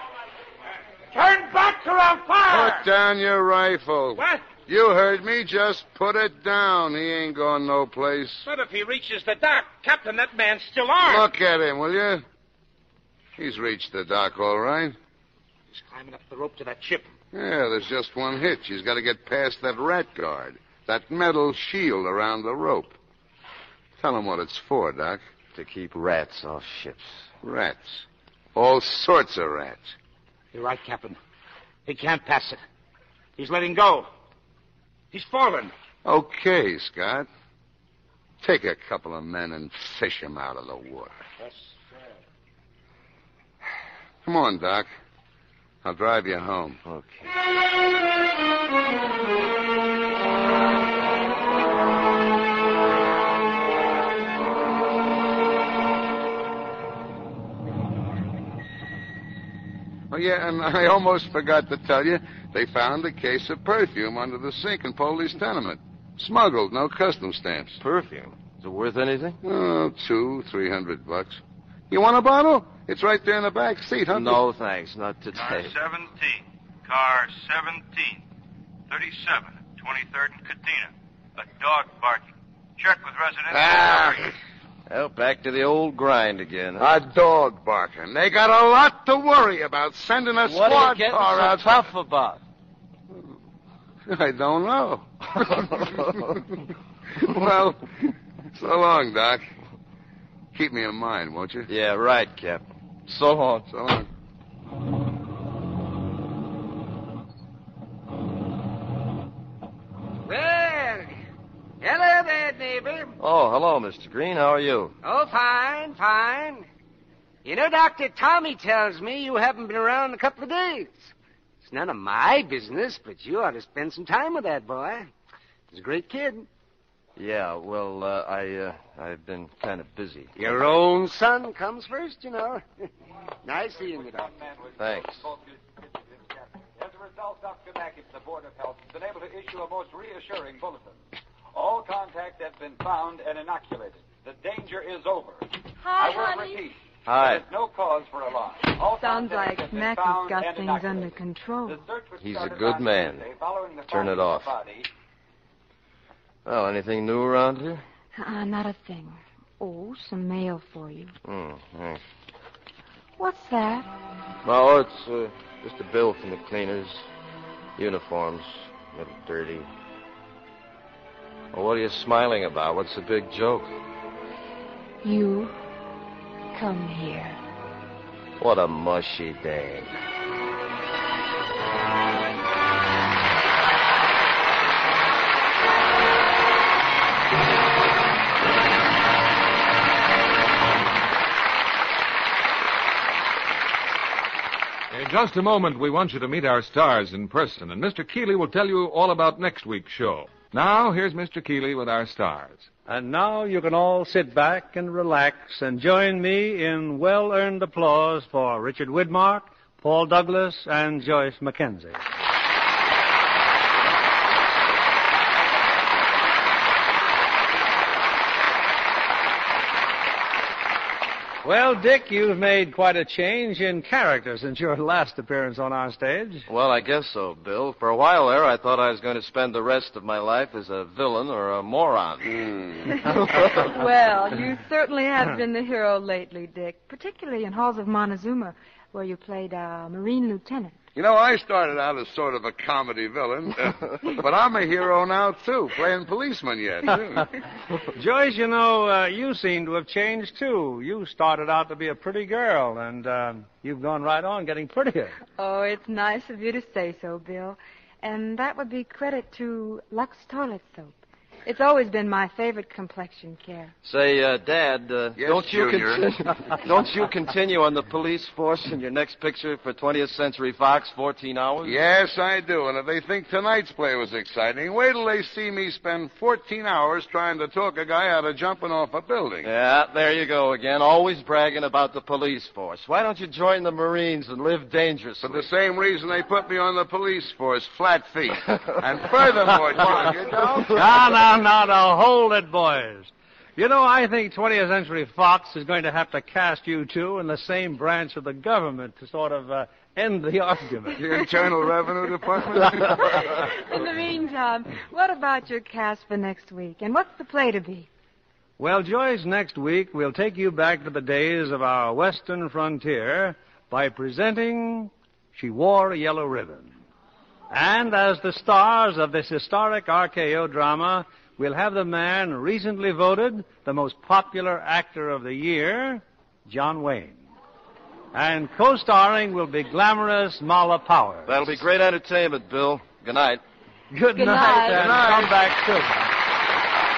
Speaker 14: Turn back to our fire.
Speaker 4: Put down your rifle.
Speaker 14: What?
Speaker 4: You heard me. Just put it down. He ain't going no place.
Speaker 14: But if he reaches the dock, Captain, that man's still armed.
Speaker 4: Look at him, will you? He's reached the dock all right.
Speaker 14: He's climbing up the rope to that ship.
Speaker 4: Yeah, there's just one hitch. He's got to get past that rat guard, that metal shield around the rope. Tell him what it's for, Doc.
Speaker 6: To keep rats off ships.
Speaker 4: Rats. All sorts of rats.
Speaker 14: You're right, Captain. He can't pass it. He's letting go. He's fallen.
Speaker 4: Okay, Scott. Take a couple of men and fish him out of the water.
Speaker 14: Yes,
Speaker 4: Come on, Doc. I'll drive you home.
Speaker 6: Okay.
Speaker 4: Oh, yeah, and I almost forgot to tell you, they found a case of perfume under the sink in Polly's tenement. Smuggled, no customs stamps.
Speaker 6: Perfume? Is it worth anything?
Speaker 4: Oh, two, three hundred bucks. You want a bottle? It's right there in the back seat, huh?
Speaker 6: No, thanks. Not
Speaker 4: Car
Speaker 6: today.
Speaker 4: 7.
Speaker 11: 17, car 17, 37, 23rd and Katina. A dog barking. Check with residents.
Speaker 6: Ah. Well, back to the old grind again.
Speaker 4: A dog barking. They got a lot to worry about sending a
Speaker 6: What are you
Speaker 4: squad
Speaker 6: getting
Speaker 4: car
Speaker 6: so
Speaker 4: out.
Speaker 6: tough about?
Speaker 4: I don't know. well, so long, Doc. Keep me in mind, won't you?
Speaker 6: Yeah, right, Cap. So long.
Speaker 4: So long.
Speaker 13: Well, hello there, neighbor.
Speaker 6: Oh, hello, Mr. Green. How are you?
Speaker 13: Oh, fine, fine. You know, Dr. Tommy tells me you haven't been around in a couple of days. It's none of my business, but you ought to spend some time with that boy. He's a great kid.
Speaker 6: Yeah, well, uh, I, uh, I've been kind of busy.
Speaker 13: Your own son comes first, you know. nice seeing you, Doc.
Speaker 6: Thanks.
Speaker 18: As a result, Dr. Mackett, the Board of Health, has been able to issue a most reassuring bulletin. All contact has been found and inoculated. The danger is over.
Speaker 7: Hi,
Speaker 18: I will
Speaker 7: honey.
Speaker 18: repeat,
Speaker 6: Hi.
Speaker 18: no cause for alarm. All
Speaker 7: Sounds
Speaker 18: contacts
Speaker 7: like
Speaker 18: have been
Speaker 7: Mackie's
Speaker 18: found
Speaker 7: got
Speaker 18: and
Speaker 7: things
Speaker 18: inoculated.
Speaker 7: under control.
Speaker 6: He's a good man.
Speaker 18: Following the
Speaker 6: Turn
Speaker 18: finding
Speaker 6: it
Speaker 18: of
Speaker 6: off.
Speaker 18: the body,
Speaker 6: Well, anything new around here?
Speaker 7: Uh, not a thing. Oh, some mail for you.
Speaker 6: Hmm. thanks.
Speaker 7: What's that?
Speaker 6: Well, it's uh, just a bill from the cleaners. Uniforms, a little dirty. Well, what are you smiling about? What's the big joke?
Speaker 7: You come here.
Speaker 6: What a mushy day.
Speaker 12: In just a moment, we want you to meet our stars in person, and Mr. Keeley will tell you all about next week's show. Now, here's Mr. Keeley with our stars.
Speaker 2: And now you can all sit back and relax and join me in well earned applause for Richard Widmark, Paul Douglas, and Joyce McKenzie. Well, Dick, you've made quite a change in character since your last appearance on our stage.
Speaker 6: Well, I guess so, Bill. For a while there, I thought I was going to spend the rest of my life as a villain or a moron.
Speaker 7: Hmm. well, you certainly have been the hero lately, Dick, particularly in Halls of Montezuma, where you played a Marine lieutenant.
Speaker 4: You know, I started out as sort of a comedy villain, uh, but I'm a hero now, too, playing policeman yet. too.
Speaker 2: Joyce, you know, uh, you seem to have changed too. You started out to be a pretty girl, and um, you've gone right on getting prettier.
Speaker 7: Oh, it's nice of you to say so, Bill. And that would be credit to Lux Toilet Soap. It's always been my favorite complexion care.
Speaker 6: Say, uh, Dad, uh, don't you
Speaker 7: Junior.
Speaker 6: contin- don't you continue on the police force in your next picture for 20th Century Fox, 14 hours?
Speaker 4: yes, I do. And if they think tonight's play was exciting, wait till they see me spend 14 hours trying to talk a guy out of jumping off a building.
Speaker 6: Yeah, there you go again. Always bragging about the police force. Why don't you join the Marines and live dangerously?
Speaker 4: For the same reason they put me on the police force, flat feet. and furthermore, Junior, don't...
Speaker 2: now, now, now, now, hold it, boys. You know, I think 20th Century Fox is going to have to cast you two in the same branch of the government to sort of uh, end the argument.
Speaker 26: The Internal Revenue
Speaker 7: In the meantime, what about your cast for next week? And what's the play to be?
Speaker 2: Well, Joyce, next week we'll take you back to the days of our western frontier by presenting She Wore a Yellow Ribbon. And as the stars of this historic RKO drama, we'll have the man recently voted the most popular actor of the year, John Wayne. And co-starring will be glamorous Mala Powers.
Speaker 6: That'll be great entertainment, Bill. Good night.
Speaker 2: Good,
Speaker 6: Good
Speaker 2: night,
Speaker 6: night.
Speaker 2: and
Speaker 6: Good night.
Speaker 2: come back soon.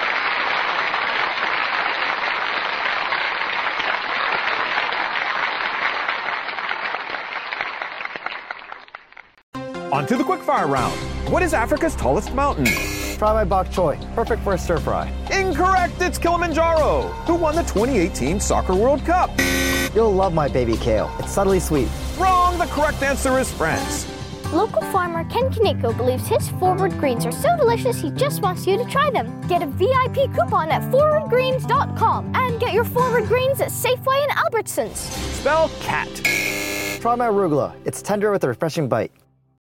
Speaker 5: On to the quickfire round. What is Africa's tallest mountain? Try my bok choy. Perfect for a stir fry. Incorrect. It's Kilimanjaro. Who won the 2018 Soccer World Cup? You'll love my baby kale. It's subtly sweet. Wrong. The correct answer is France.
Speaker 10: Local farmer Ken Kaneko believes his forward greens are so delicious he just wants you to try them. Get a VIP coupon at forwardgreens.com and get your forward greens at Safeway and Albertsons.
Speaker 5: Spell cat.
Speaker 20: Try my arugula. It's tender with a refreshing bite.